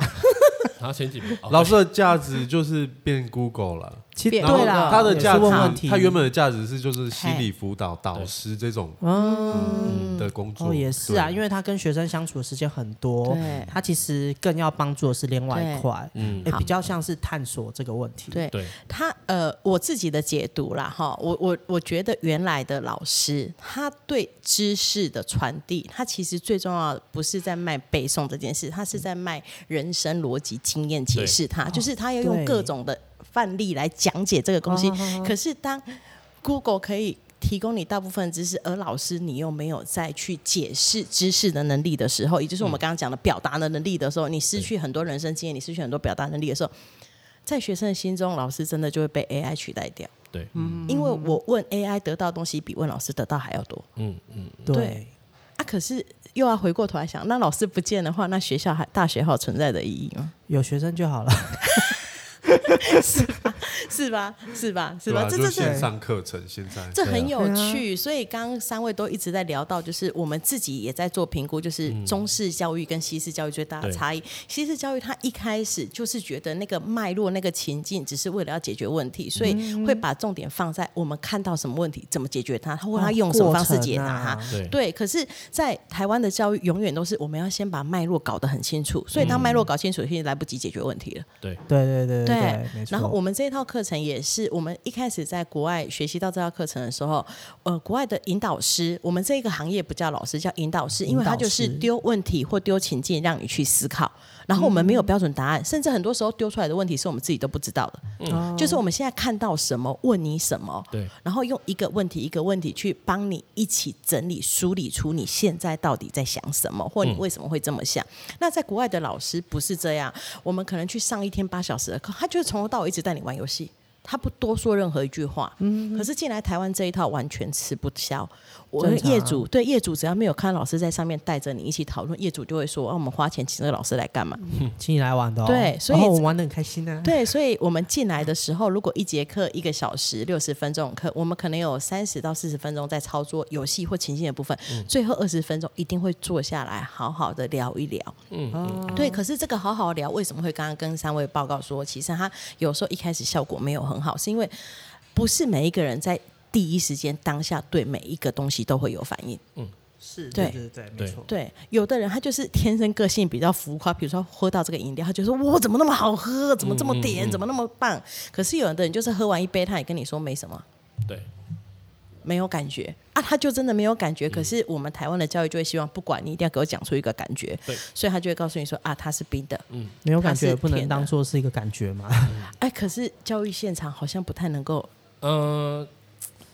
Speaker 1: 他前几名哦
Speaker 2: 老师的价值就是变 Google 了，
Speaker 4: 其实
Speaker 3: 变
Speaker 4: 哎对啦，
Speaker 2: 他的
Speaker 4: 也
Speaker 2: 价
Speaker 4: 是问问
Speaker 2: 值，
Speaker 4: 题，
Speaker 2: 他原本的价值是就是心理辅导导师这种嗯的工作。
Speaker 4: 哦也是啊，
Speaker 2: 对
Speaker 4: 因为他跟学生相处的时间很多
Speaker 3: 对，
Speaker 4: 他其实更要帮助的是另外一块，
Speaker 1: 嗯
Speaker 4: 哎，比较像是探索这个问题。
Speaker 3: 对
Speaker 1: 对
Speaker 3: 他呃，我自己的解读啦，哈，我我我觉得原来的老师，他对知识的传递，他其实最重要的不是在卖背诵这件事，他是在卖人生逻辑经验解释它，就是他要用
Speaker 4: 对
Speaker 3: 各种的范例来讲解这个东西。可是当 Google 可以提供你大部分的知识，而老师你又没有再去解释知识的能力的时候，也就是我们刚刚讲的表达的能力的时候，你失去很多人生经验，你失去很多表达能力的时候，在学生的心中，老师真的就会被 AI 取代掉。
Speaker 1: 对，
Speaker 3: 因为我问 AI 得到的东西比问老师得到还要多
Speaker 1: 嗯嗯，
Speaker 4: 对
Speaker 3: 对，啊，可是又要回过头来想，那老师不见的话，那学校还大学还有存在的意义吗？
Speaker 4: 有学生就好了。
Speaker 3: 是吧？是吧？是
Speaker 2: 对
Speaker 3: 吧？
Speaker 2: 啊，就
Speaker 3: 这这
Speaker 2: 是
Speaker 3: 这
Speaker 2: 线上啊课程现在
Speaker 3: 这很有
Speaker 4: 啊
Speaker 3: 趣，所以刚刚三位都一直在聊到，就是我们自己也在做评估，就是中式教育跟西式教育最大的
Speaker 1: 对
Speaker 3: 差异。西式教育它一开始就是觉得那个脉络、那个情境，只是为了要解决问题，所以
Speaker 4: 嗯
Speaker 3: 会把重点放在我们看到什么问题，怎么解决它，或他用什么方式解答 它。
Speaker 4: 过程啊
Speaker 1: 对
Speaker 3: 对，可是，在台湾的教育永远都是我们要先把脉络搞得很清楚，所以当脉络搞清楚，现在来不及解决问题了。
Speaker 1: 对
Speaker 4: 对对对对，没错。
Speaker 3: 然后我们这一套课程也是，我们一开始在国外学习到这套课程的时候，呃，国外的引导师，我们这个行业不叫老师，叫引导师，因为他就是
Speaker 4: 引导师
Speaker 3: 丢问题或丢情境让你去思考。然后我们没有标准答案，甚至很多时候丢出来的问题是我们自己都不知道的。
Speaker 4: 嗯
Speaker 3: 就是我们现在看到什么，问你什么，
Speaker 1: 对，
Speaker 3: 然后用一个问题一个问题去帮你一起整理梳理出你现在到底在想什么，或你
Speaker 4: 嗯
Speaker 3: 为什么会这么想。那在国外的老师不是这样，我们可能去上一天八小时的课，他就是从头到尾一直带你玩游戏。他不多说任何一句话，可是进来台湾这一套完全吃不消。我
Speaker 4: 嗯正常啊
Speaker 3: 业主对业主只要没有看老师在上面带着你一起讨论，业主就会说：“啊，我们花钱请这个老师来干嘛？”
Speaker 4: 请你来玩的哦，
Speaker 3: 对所以
Speaker 4: 然后我们玩的很开心啊。
Speaker 3: 对，所以我们进来的时候，如果一节课一个小时六十分钟的课，我们可能有三十到四十分钟在操作游戏或情境的部分，最后二十分钟一定会坐下来好好的聊一聊。
Speaker 4: 哦，
Speaker 3: 对，可是这个好好聊，为什么会刚刚跟三位报告说，其实他有时候一开始效果没有很好，是因为不是每一个人在第一时间当下对每一个东西都会有反应。
Speaker 4: 是，
Speaker 3: 对
Speaker 4: 对对，没
Speaker 1: 对
Speaker 4: 错。
Speaker 3: 对，有的人他就是天生个性比较浮夸，比如说喝到这个饮料，他就说哇，怎么那么好喝，怎么这么甜，
Speaker 1: 嗯
Speaker 3: 怎么那么棒？可是有的人就是喝完一杯，他也跟你说没什么，
Speaker 1: 对
Speaker 3: 没有感觉啊，他就真的没有感
Speaker 1: 嗯
Speaker 3: 觉。可是我们台湾的教育就会希望，不管你一定要给我讲出一个感觉
Speaker 1: 对，嗯
Speaker 3: 所以他就会告诉你说啊，它是冰的。
Speaker 4: 没有感觉也
Speaker 3: 它是
Speaker 4: 不能
Speaker 3: 甜的
Speaker 4: 当做是一个感觉 嘛。
Speaker 3: 哎，可是教育现场好像不太能够
Speaker 1: 嗯。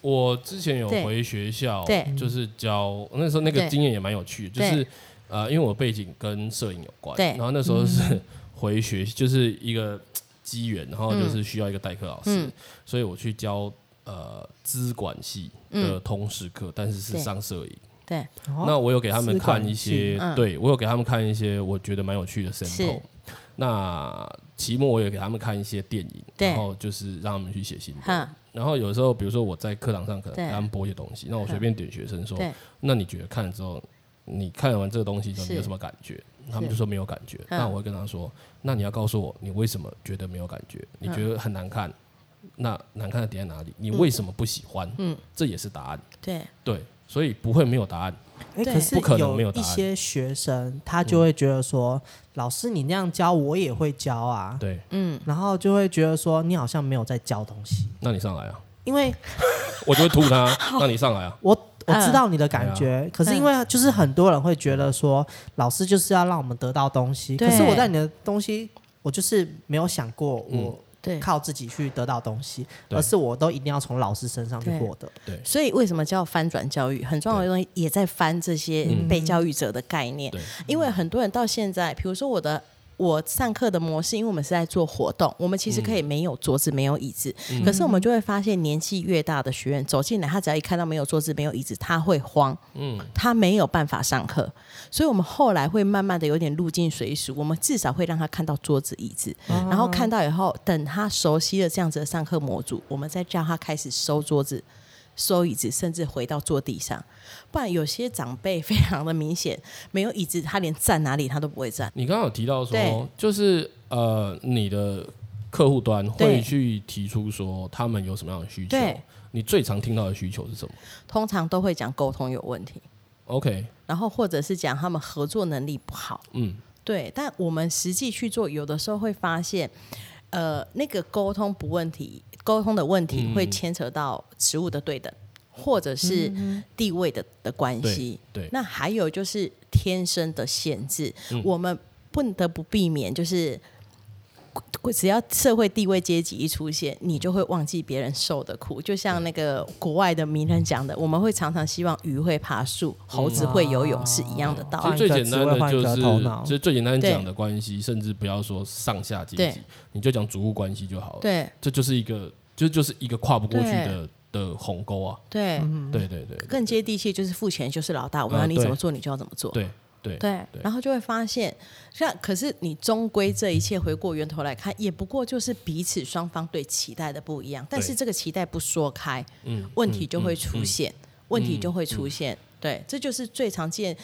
Speaker 1: 我之前有
Speaker 3: 对
Speaker 1: 回学校，
Speaker 3: 对
Speaker 1: 就是教那时候那个
Speaker 3: 对
Speaker 1: 经验也蛮有趣的，就
Speaker 3: 对
Speaker 1: 是呃，因为我背景跟摄影有关，
Speaker 3: 对嗯
Speaker 1: 然后那时候是回学，就是一个机缘，然后就是需要一个代课老师
Speaker 3: 嗯，
Speaker 1: 所以我去教呃资管系的通识课，
Speaker 3: 嗯
Speaker 1: 但是是
Speaker 3: 对
Speaker 1: 上摄影。
Speaker 3: 对
Speaker 1: 那我有给他们
Speaker 4: 哦资管
Speaker 1: 看一些
Speaker 4: 系，
Speaker 3: 嗯
Speaker 1: 对我有给他们看一些我觉得蛮有趣的 sample
Speaker 3: 是。
Speaker 1: 那期末我也给他们看一些电影，
Speaker 3: 对
Speaker 1: 然后就是让他们去写心得。
Speaker 3: 哈，
Speaker 1: 然后有时候，比如说我在课堂上可能
Speaker 3: 对嗯
Speaker 1: 给他们播一些东西，那我随便点学生说
Speaker 3: 对，
Speaker 1: 那你觉得看了之后，你看完这个东西之后
Speaker 3: 是嗯
Speaker 1: 你有什么感觉？他们就说没有感觉，那我会跟他说，那你要告诉我你为什么觉得没有感觉？你
Speaker 3: 嗯
Speaker 1: 觉得很难看，那难看的点在哪里？你为什么不喜欢？嗯，这也是答案。
Speaker 3: 对
Speaker 1: 对，所以不会没有答案。
Speaker 4: 哎，
Speaker 3: 对
Speaker 4: 可是
Speaker 1: 不可能没有
Speaker 4: 有
Speaker 1: 答
Speaker 4: 一
Speaker 1: 案
Speaker 4: 些学生，他就会觉得说，老师你那样教我也会教啊，
Speaker 1: 嗯对，
Speaker 3: 嗯
Speaker 4: 然后就会觉得说你好像没有在教东西，
Speaker 1: 那你上来啊，
Speaker 4: 因为
Speaker 1: 我就会吐 他。那你上来啊，
Speaker 4: 我
Speaker 3: 嗯
Speaker 4: 我知道你的感觉，可是因为就是很多人会觉得说，老师就是要让我们得到东西，
Speaker 3: 对
Speaker 4: 可是我在你的东西，我就是没有想过我
Speaker 3: 对。
Speaker 4: 靠自己去得到东西，
Speaker 1: 嗯对
Speaker 4: 而是我都一定要从老师身上去
Speaker 3: 对
Speaker 4: 获得。
Speaker 3: 所以为什么叫翻转教育？很重要的东西也在翻这些
Speaker 1: 嗯
Speaker 3: 被教育者的概念，
Speaker 1: 对
Speaker 3: 因为很多人到现在，比如说我的。我上课的模式，因为我们是在做活动，我们其实可以没有桌子、没有椅子，可是我们就会发现，年纪越大的学员走进来，他只要一看到没有桌子、没有椅子，他会慌，嗯，他没有办法上课，所以我们后来会慢慢的有点入境随俗，我们至少会让他看到桌子、椅子，然后看到以后，等他熟悉了这样子的上课模组，我们再叫他开始收桌子，收椅子，甚至回到坐地上。不然有些长辈非常的明显，没有椅子，他连站哪里他都不会站。
Speaker 1: 你刚刚有提到
Speaker 3: 对
Speaker 1: 说，就是呃，你的客户端
Speaker 3: 对
Speaker 1: 会去提出说他们有什么样的需求
Speaker 3: 对，
Speaker 1: 你最常听到的需求是什么
Speaker 3: 通常都会讲沟通有问题，
Speaker 1: ？OK，
Speaker 3: 然后或者是讲他们合作能力不好。
Speaker 1: 嗯，
Speaker 3: 对，但我们实际去做，有的时候会发现，呃，那个沟通不问题，沟通的问
Speaker 1: 嗯
Speaker 3: 题会牵扯到职务的对等，或者是地位的的关系。
Speaker 1: 嗯对对嗯
Speaker 3: 那还有就是天生的限制，我们不得不避免，就是只要社会地位阶级一出现，你就会忘记别人受的苦。就像那个国外的名人讲的，我们会常常希望鱼会爬树，猴子会游泳是一样的道
Speaker 1: 其
Speaker 3: 理。
Speaker 1: 实最简单的
Speaker 4: 换一
Speaker 1: 就
Speaker 4: 个
Speaker 1: 是
Speaker 4: 头脑，
Speaker 1: 其实最简单
Speaker 3: 对
Speaker 1: 讲的关系，甚至不要说上下阶
Speaker 3: 对
Speaker 1: 级，你就讲主务关系就好了。，
Speaker 3: 对
Speaker 1: 这就是一个，就就是一个跨不过去
Speaker 3: 对
Speaker 1: 的的鸿沟啊。
Speaker 3: 对。
Speaker 1: 对对对
Speaker 3: 更接地气就是付钱就是老大，我
Speaker 1: 啊
Speaker 3: 要你
Speaker 1: 对
Speaker 3: 怎么做你就要怎么做。
Speaker 1: 对对
Speaker 3: 对
Speaker 1: 对
Speaker 3: 然后就会发现，像可是你终归这一切回过源头来看，也不过就是彼此双方对期待的不一样，但是这个期待不说开，
Speaker 1: 嗯
Speaker 3: 问题就会出现，问题
Speaker 1: 嗯
Speaker 3: 就会出现。对，这就是最常见。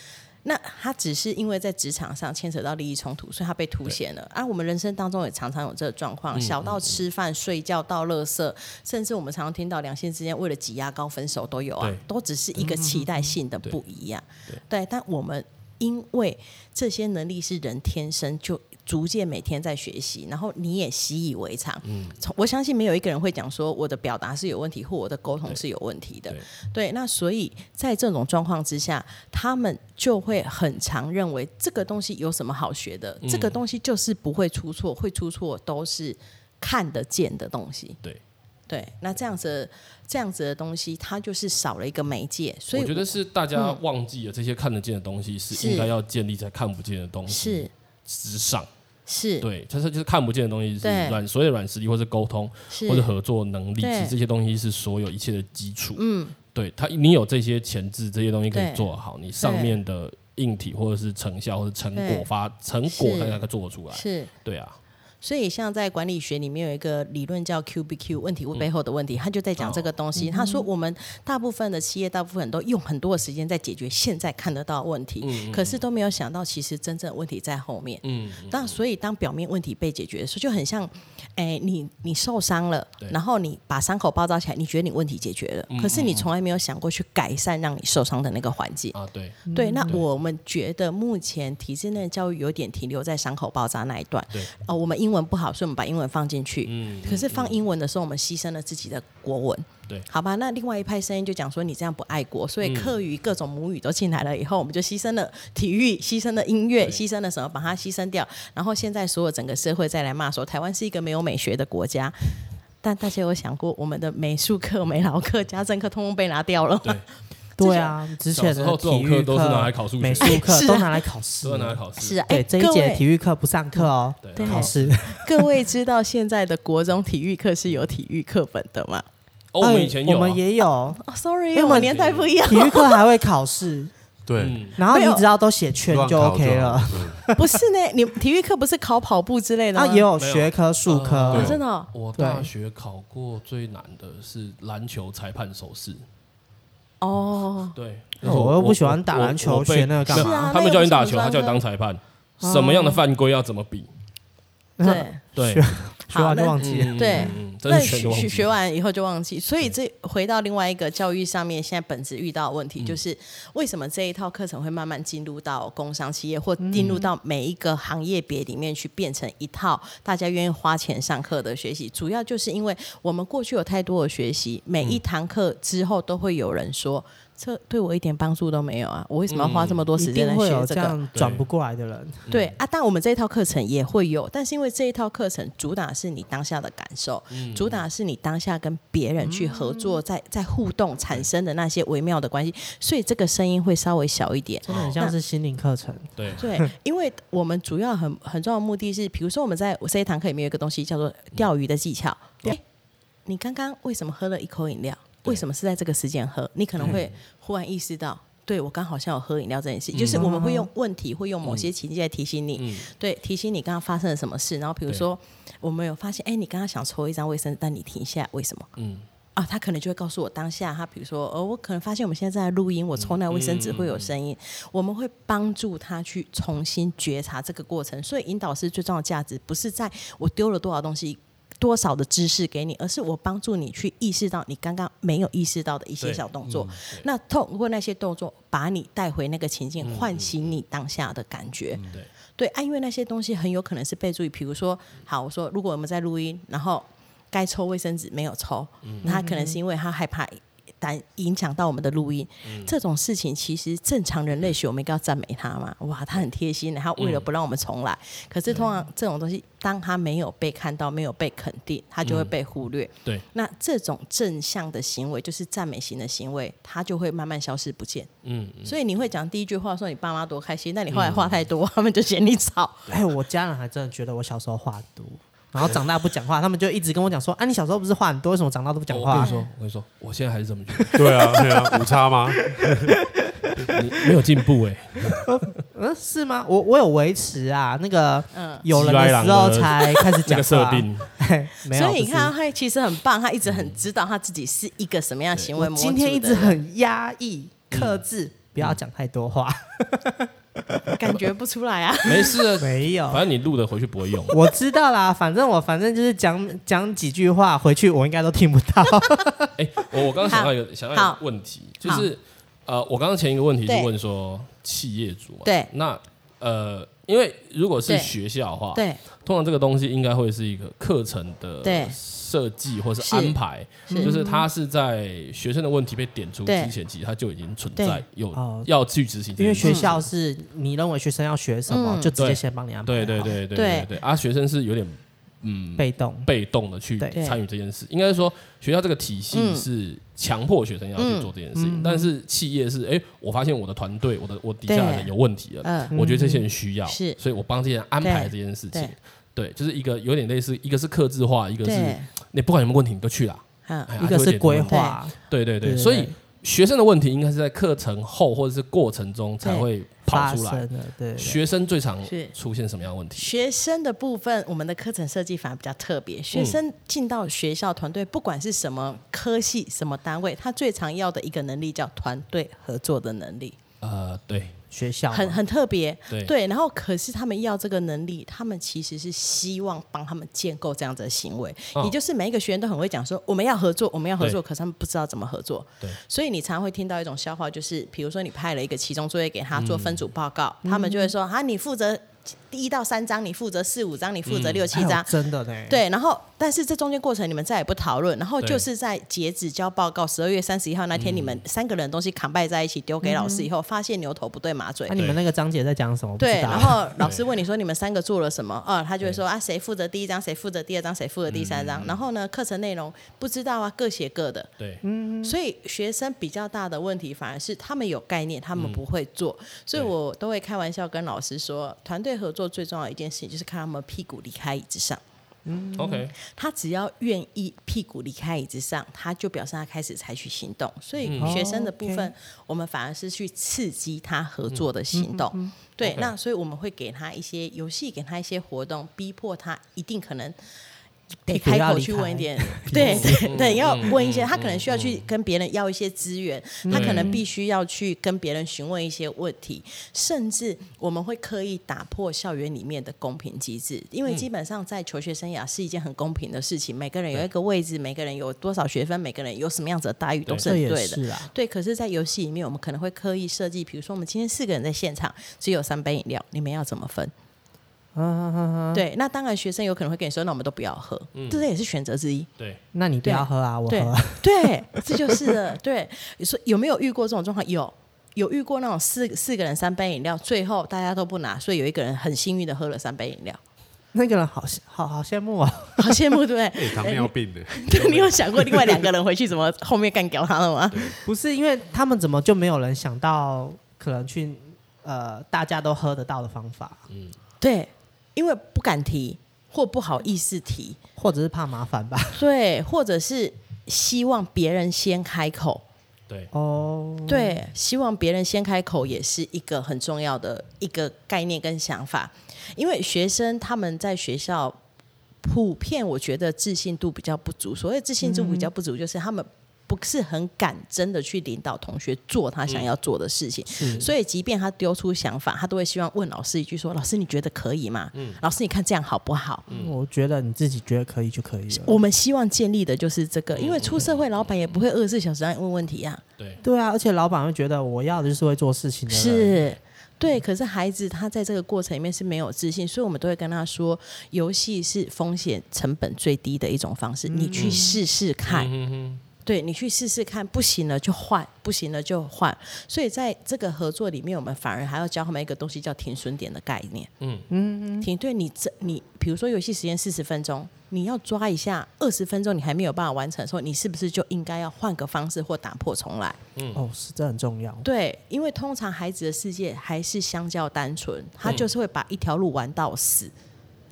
Speaker 3: 那他只是因为在职场上牵扯到利益冲突，所以他被凸显了。啊，我们人生当中也常常有这个状
Speaker 1: 嗯
Speaker 3: 况，小到吃饭、睡觉到垃圾，甚至我们常常听到两性之间为了挤牙膏分手都有啊
Speaker 1: 对，
Speaker 3: 都只是一个期待性的
Speaker 1: 对
Speaker 3: 不一样。对，但我们因为这些能力是人天生就。逐渐每天在学习，然后你也习以为常。从我相信没有一个人会讲说我的表达是有问题，或我的沟通是有问题的。
Speaker 1: 对
Speaker 3: 对，那所以在这种状况之下，他们就会很常认为这个东西有什么好学的？
Speaker 1: 嗯
Speaker 3: 这个东西就是不会出错，会出错都是看得见的东西。
Speaker 1: 对
Speaker 3: 对，那这样子这样子的东西，它就是少了一个媒介，所以
Speaker 1: 我觉得是大家忘记了这些看得见的东西是
Speaker 3: 是
Speaker 1: 应该要建立在看不见的东西
Speaker 3: 是
Speaker 1: 之上。
Speaker 3: 是
Speaker 1: 对，它是就是看不见的东西是
Speaker 3: 对
Speaker 1: 软所谓的软实力，或是沟通，
Speaker 3: 是
Speaker 1: 或者合作能力，其
Speaker 3: 对
Speaker 1: 实这些东西是所有一切的基础。
Speaker 3: 嗯，
Speaker 1: 对它，你有这些前置，这些东西可
Speaker 3: 对
Speaker 1: 以做好，你上面的硬体或者是成效或者成
Speaker 3: 对
Speaker 1: 果发成果，
Speaker 3: 是
Speaker 1: 它才可以做得出来。
Speaker 3: 是，
Speaker 1: 对啊，
Speaker 3: 所以像在管理学里面有一个理论叫 QBQ 问题
Speaker 1: 嗯
Speaker 3: 背后的问题，他就在讲这个东
Speaker 1: 哦
Speaker 3: 西。他说我们大部分的企业，大部分人都用很多的时间在解决现在看得到的问题，可是都没有想到其实真正的问题在后面。
Speaker 1: 嗯，
Speaker 3: 那所以当表面问题被解决的时候，就很像，哎、你你受伤了，然后你把伤口包扎起来，你觉得你问题解决了，
Speaker 1: 嗯
Speaker 3: 可是你从来没有想过去改善让你受伤的那个环境。
Speaker 1: 啊，对，
Speaker 3: 对，那我们觉得目前体制内的教育有点停留在伤口包扎那一段。
Speaker 1: 对，
Speaker 3: 哦，我们英文不好，所以我们把英文放进去。嗯，可是放英文的时候，我们牺牲了自己的国文。
Speaker 1: 对
Speaker 3: 好吧，那另外一派声音就讲说你这样不爱国，所以课余各种母语都进来了以后，我们就牺牲了体育，牺牲了音乐，
Speaker 1: 对
Speaker 3: 牺牲了什么，把它牺牲掉。然后现在所有整个社会再来骂说台湾是一个没有美学的国家。但大家有想过，我们的美术课、美劳课、家政课通通被拿掉了吗？
Speaker 4: 对啊，之
Speaker 1: 小
Speaker 4: 前的
Speaker 1: 时候这种
Speaker 4: 体育
Speaker 1: 课都是拿来考数学
Speaker 4: 美术
Speaker 3: 啊
Speaker 4: 课都拿来考试，
Speaker 1: 都要拿来考试。
Speaker 3: 是啊，
Speaker 4: 对，
Speaker 3: 哎
Speaker 4: 这一
Speaker 3: 各
Speaker 4: 节
Speaker 3: 位
Speaker 4: 体育课不上课哦，
Speaker 1: 对
Speaker 4: 考试。
Speaker 3: 各位知道现在的国中体育课是有体育课本的吗？
Speaker 1: 哦，我们以前有、啊，
Speaker 4: 哎嗯我们也有
Speaker 3: 哦、s o r r y
Speaker 4: 因为
Speaker 3: 我
Speaker 4: 我们
Speaker 3: 们年代不一样
Speaker 4: 体。育课还会考试，
Speaker 2: 对，
Speaker 4: 然后
Speaker 3: 没
Speaker 4: 你
Speaker 3: 有
Speaker 4: 只要都写圈
Speaker 2: 乱
Speaker 4: 就
Speaker 2: 考
Speaker 4: OK 了。
Speaker 2: 好嗯 对
Speaker 3: 不是呢，你体育课不是考跑步之类的
Speaker 4: 啊，
Speaker 3: 吗？
Speaker 4: 也有学科、数
Speaker 1: 嗯
Speaker 4: 科
Speaker 3: 哦
Speaker 2: 对，
Speaker 3: 真的哦
Speaker 1: 我大学考过最难的是篮球裁判手势，
Speaker 3: 哦，
Speaker 1: 对，
Speaker 4: 哦我又不喜欢打篮球
Speaker 1: 我我被
Speaker 4: 学那个干嘛
Speaker 1: 没有
Speaker 3: 是啊
Speaker 1: 他们叫你打球，
Speaker 3: 那有什么
Speaker 1: 他叫你当裁判，什么样的犯规要怎么比？
Speaker 3: 对。
Speaker 4: 啊
Speaker 1: 对
Speaker 4: 学学
Speaker 3: 好
Speaker 4: 完就
Speaker 3: 那
Speaker 4: 忘记了。
Speaker 1: 嗯
Speaker 3: 对
Speaker 1: 嗯真
Speaker 3: 那
Speaker 1: 是全
Speaker 3: 学
Speaker 1: 都忘
Speaker 3: 学
Speaker 1: 记
Speaker 3: 学完以后就忘记，所以这回到另外一个教育上面，现在本质遇到的问题就是，为什么这一套课程会慢慢进入到工商企业，或进入到每一个行业别里面去，变成一套大家愿意花钱上课的学习？主要就是因为我们过去有太多的学习，每一堂课之后都会有人说。这对我一点帮助都没有啊！我为什么要花这么多时
Speaker 4: 一
Speaker 3: 间来
Speaker 4: 定会
Speaker 3: 学
Speaker 4: 有这
Speaker 3: 这个？
Speaker 4: 样转不过来的人，
Speaker 3: 对啊，但我们这一套课程也会有，但是因为这一套课程主打是你当下的感受，主打是你当下跟别人去合作，在在互动产生的那些微妙的关系，所以这个声音会稍微小一点。
Speaker 4: 真的很像是心灵课程。
Speaker 1: 对
Speaker 3: 对，因为我们主要很很重要的目的是，比如说我们在我这一堂课里面有一个东西叫做钓鱼的技巧。哎、你刚刚为什么喝了一口饮料？为什么是在这个时间喝？你可能会忽然意识到，对我刚好像有喝饮料这件事，就是我们会用问题，会用某些情境来提醒你，
Speaker 1: 嗯
Speaker 3: 对，提醒你刚刚发生了什么事。然后比如说，我们有发现，哎、你刚刚想抽一张卫生纸，但你停下来，为什么？
Speaker 1: 嗯
Speaker 3: 啊，他可能就会告诉我当下，他比如说，呃，我可能发现我们现在在录音，我抽那卫生纸会有声音，
Speaker 1: 嗯
Speaker 3: 我们会帮助他去重新觉察这个过程。所以引导师最重要的价值，不是在我丢了多少东西。多少的知识给你，而是我帮助你去意识到你刚刚没有意识到的一些
Speaker 1: 对嗯
Speaker 3: 小动作。那透过那些动作，把你带回那个情
Speaker 1: 嗯
Speaker 3: 境，唤醒你当下的感觉。
Speaker 1: 对
Speaker 3: 对啊，因为那些东西很有可能是被注意，比如说，好，我说如果我们在录音，然后该抽卫生纸没有抽，那他可能是因为他害怕。担影响到我们的录音，这种事情其实正常人类学我们应该要赞美他嘛？哇，他很贴心的，欸他为了不让我们重来。可是通常这种东西，当他没有被看到、没有被肯定，他就会被忽略。
Speaker 1: 对，
Speaker 3: 那这种正向的行为，就是赞美型的行为，它就会慢慢消失不见。
Speaker 1: 嗯，
Speaker 3: 所以你会讲第一句话说你爸妈多开心，但你后来话太多，他们就嫌你吵。
Speaker 4: 哎，我家人还真的觉得我小时候话很多，然后长大不讲话，他们就一直跟我讲说：“啊，你小时候不是话很多，为什么长大都不讲
Speaker 1: 我跟
Speaker 4: 话
Speaker 1: 哦你说，我跟你说，我现在还是这么觉得，
Speaker 2: 对啊，对啊，五叉吗？
Speaker 1: 你没有进 步哎，？”
Speaker 4: 嗯，是吗？我我有维持啊，那个
Speaker 3: 嗯
Speaker 4: 有人的时候才开始
Speaker 1: 那
Speaker 4: 讲
Speaker 1: 个设
Speaker 4: 话。
Speaker 1: 定，
Speaker 4: 嘿没有，
Speaker 3: 所以你
Speaker 4: 不是
Speaker 3: 看，他其实很棒，他一直很知道他自己是一个什么样的行为
Speaker 4: 我
Speaker 3: 模组的
Speaker 4: 今
Speaker 3: 人。嗯
Speaker 4: 天一直很压抑、克制，不要讲太多话。
Speaker 3: 感觉不出来啊。
Speaker 1: 没事啊，
Speaker 4: 没有，
Speaker 1: 反正你录的回去不会用。
Speaker 4: 我知道啦，反正我反正就是讲讲几句话，回去我应该都听不 到。
Speaker 1: 哎，我我刚刚想到一个想到一
Speaker 3: 好
Speaker 1: 个问题，就是呃，我刚刚前一个问题是
Speaker 3: 对
Speaker 1: 问说企业主嘛，
Speaker 3: 对
Speaker 1: 那呃，因为如果是
Speaker 3: 对
Speaker 1: 学校的话，
Speaker 3: 对，
Speaker 1: 通常这个东西应该会是一个课程
Speaker 3: 对
Speaker 1: 的设计或是
Speaker 3: 是
Speaker 1: 安排，
Speaker 3: 是嗯
Speaker 1: 就是它是在学生的问题被点出
Speaker 3: 对
Speaker 1: 之前，其实它就已经存
Speaker 3: 对
Speaker 1: 在有
Speaker 4: 哦
Speaker 1: 要去执行这
Speaker 4: 因为
Speaker 1: 件事情，
Speaker 4: 学校是你认为学生要学什么，
Speaker 3: 嗯
Speaker 4: 就直接
Speaker 1: 对
Speaker 4: 先帮你安排。
Speaker 1: 对对，对对
Speaker 3: 对
Speaker 1: 对对，啊，学生是有点嗯
Speaker 4: 被动。
Speaker 1: 被动的去
Speaker 4: 对
Speaker 1: 参与这件事，应该说学校这个体系
Speaker 3: 嗯
Speaker 1: 是强迫学生要去做这件事情，但是企业是哎、诶我发现我的团队，我的我底下的人
Speaker 3: 对
Speaker 1: 有问题了，
Speaker 3: 嗯，
Speaker 1: 我觉得这些人需要，
Speaker 3: 是
Speaker 1: 所以我帮这些人安排这件事情
Speaker 3: 对，
Speaker 1: 对，就是一个有点类似，一个是克制化，一个是
Speaker 3: 对，
Speaker 1: 你不管有没有问题你就去啦，
Speaker 3: 嗯，
Speaker 1: 哎呀
Speaker 4: 一个是规，划，
Speaker 1: 对对
Speaker 4: 对
Speaker 1: 对，
Speaker 4: 对
Speaker 1: 所以学生的问题应该是在课程后或者是过程中才会
Speaker 4: 发
Speaker 1: 跑出来。
Speaker 4: 生的，对，对
Speaker 1: 学生最常
Speaker 3: 是
Speaker 1: 出现什么样的问题？
Speaker 3: 学生的部分，我们的课程设计反而比较特别。学生进到学校团队，不管是什么科系、什么单位，他最常要的一个能力叫团队合作的能力。
Speaker 1: 呃，对
Speaker 4: 学校嘛哎
Speaker 3: 很很特别，
Speaker 1: 对
Speaker 3: 然后可是他们要这个能力，他们其实是希望帮他们建构这样子的行为。
Speaker 1: 哦
Speaker 3: 也就是每一个学员都很会讲说我们要合作，我们要合作，
Speaker 1: 对
Speaker 3: 可是他们不知道怎么合作。
Speaker 1: 对
Speaker 3: 所以你常会听到一种笑话，就是比如说你派了一个期中作业给他做分组报告，
Speaker 1: 嗯
Speaker 3: 他们就会说啊，你负责一到三张，你负责四五张，你负责六七
Speaker 4: 还有
Speaker 1: 嗯
Speaker 3: 张。
Speaker 4: 真的呢。，
Speaker 3: 对，然后但是这中间过程你们再也不讨论，然后
Speaker 1: 对嗯
Speaker 3: 就是在截止交报告十二月三十一号那天，你们三个人的东西扛拜在一起丢给老师以后，发现牛头不对马嘴
Speaker 4: 那，你们那个章节在讲什么？我不知
Speaker 3: 对，
Speaker 4: 道
Speaker 3: 然后老师问你说你们三个做了什么？啊，他就会说啊，谁负责第一章，谁负责第二章，谁负责第三
Speaker 4: 嗯
Speaker 3: 章。然后呢，课程内容不知道啊，各写各的。
Speaker 1: 对，
Speaker 4: 嗯
Speaker 3: 所以学生比较大的问题反而是他们有概念，他们不会做。
Speaker 4: 嗯
Speaker 3: 所以我都会开玩笑跟老师说，团队合作最重要的一件事情就是看他们屁股离开椅子上。
Speaker 1: OK，
Speaker 3: 他只要愿意屁股离开椅子上，他就表示他开始采取行动。所以学生的部分，我们反而是去刺激他合作的行动。对
Speaker 1: OK
Speaker 3: 那所以我们会给他一些游戏，给他一些活动，逼迫他一定可能。得
Speaker 4: 屁股
Speaker 3: 开
Speaker 4: 要
Speaker 3: 口
Speaker 4: 离
Speaker 3: 去
Speaker 4: 开
Speaker 3: 问一点，对 对嗯对，要问一些，他可能需要去跟别人要一些资源，他可能必须要去跟别人询问一些问题，甚至我们会刻意打破校园里面的公平机制，
Speaker 4: 嗯
Speaker 3: 因为基本上在求学生涯是一件很公平的事情，每个人有一个位置，每个人有多少学分，每个人有什么样子的待遇都是
Speaker 4: 这
Speaker 3: 很
Speaker 4: 也
Speaker 3: 对的。
Speaker 4: 是啊，
Speaker 3: 对，可是，在游戏里面，我们可能会刻意设计，比如说，我们今天四个人在现场，只有三杯饮料，你们要怎么分？
Speaker 4: 啊啊啊啊
Speaker 3: 对，那当然，学生有可能会跟你说，那我们都不要喝，
Speaker 4: 嗯
Speaker 3: 这也是选择之一。
Speaker 1: 对，
Speaker 4: 那你不要喝啊，我
Speaker 3: 对
Speaker 4: 喝啊。
Speaker 3: 对，这就是了。对，你说有没有遇过这种状况？有，有遇过那种四四个人三杯饮料，最后大家都不拿，所以有一个人很幸运的喝了三杯饮料，
Speaker 4: 那个人好好好羡慕哦，
Speaker 3: 好羡慕，对不
Speaker 2: 哎，
Speaker 3: 对？
Speaker 2: 糖尿病的，
Speaker 3: 对你有想过另外两个人回去怎 么后面干掉他了吗？
Speaker 4: 不是因为他们怎么就没有人想到可能去呃大家都喝得到的方法，
Speaker 3: 对，因为不敢提或不好意思提，
Speaker 4: 或者是怕麻烦吧？
Speaker 3: 对，或者是希望别人先开口。
Speaker 1: 对，
Speaker 4: 哦，
Speaker 3: 对，希望别人先开口也是一个很重要的一个概念跟想法，因为学生他们在学校普遍我觉得自信度比较不足。所谓自信度比较不足，就是他们。不是很敢真的去领导同学做他想要做的事情，所以即便他丢出想法，他都会希望问老师一句说：“老师，你觉得可以吗？老师，你看这样好不好？”
Speaker 4: 我觉得你自己觉得可以就可以了。
Speaker 3: 我们希望建立的就是这个，因为出社会，老板也不会二十四小时让你问问题啊。
Speaker 1: 对，
Speaker 4: 对啊，而且老板会觉得我要的就是会做事情的人，
Speaker 3: 是。对，可是孩子他在这个过程里面是没有自信，所以我们都会跟他说，游戏是风险成本最低的一种方式，
Speaker 4: 嗯
Speaker 3: 你去试试看。对你去试试看，不行了就换，不行了就换。所以在这个合作里面，我们反而还要教他们一个东西叫停损点的概念。嗯嗯，停，对你这你，比如说游戏时间四十分钟，你要抓一下二十分钟你还没有办法完成的时候，你是不是就应该要换个方式或打破重来？
Speaker 4: 哦，是这很重要。
Speaker 3: 对，因为通常孩子的世界还是相较单纯，
Speaker 4: 嗯
Speaker 3: 他就是会把一条路玩到死。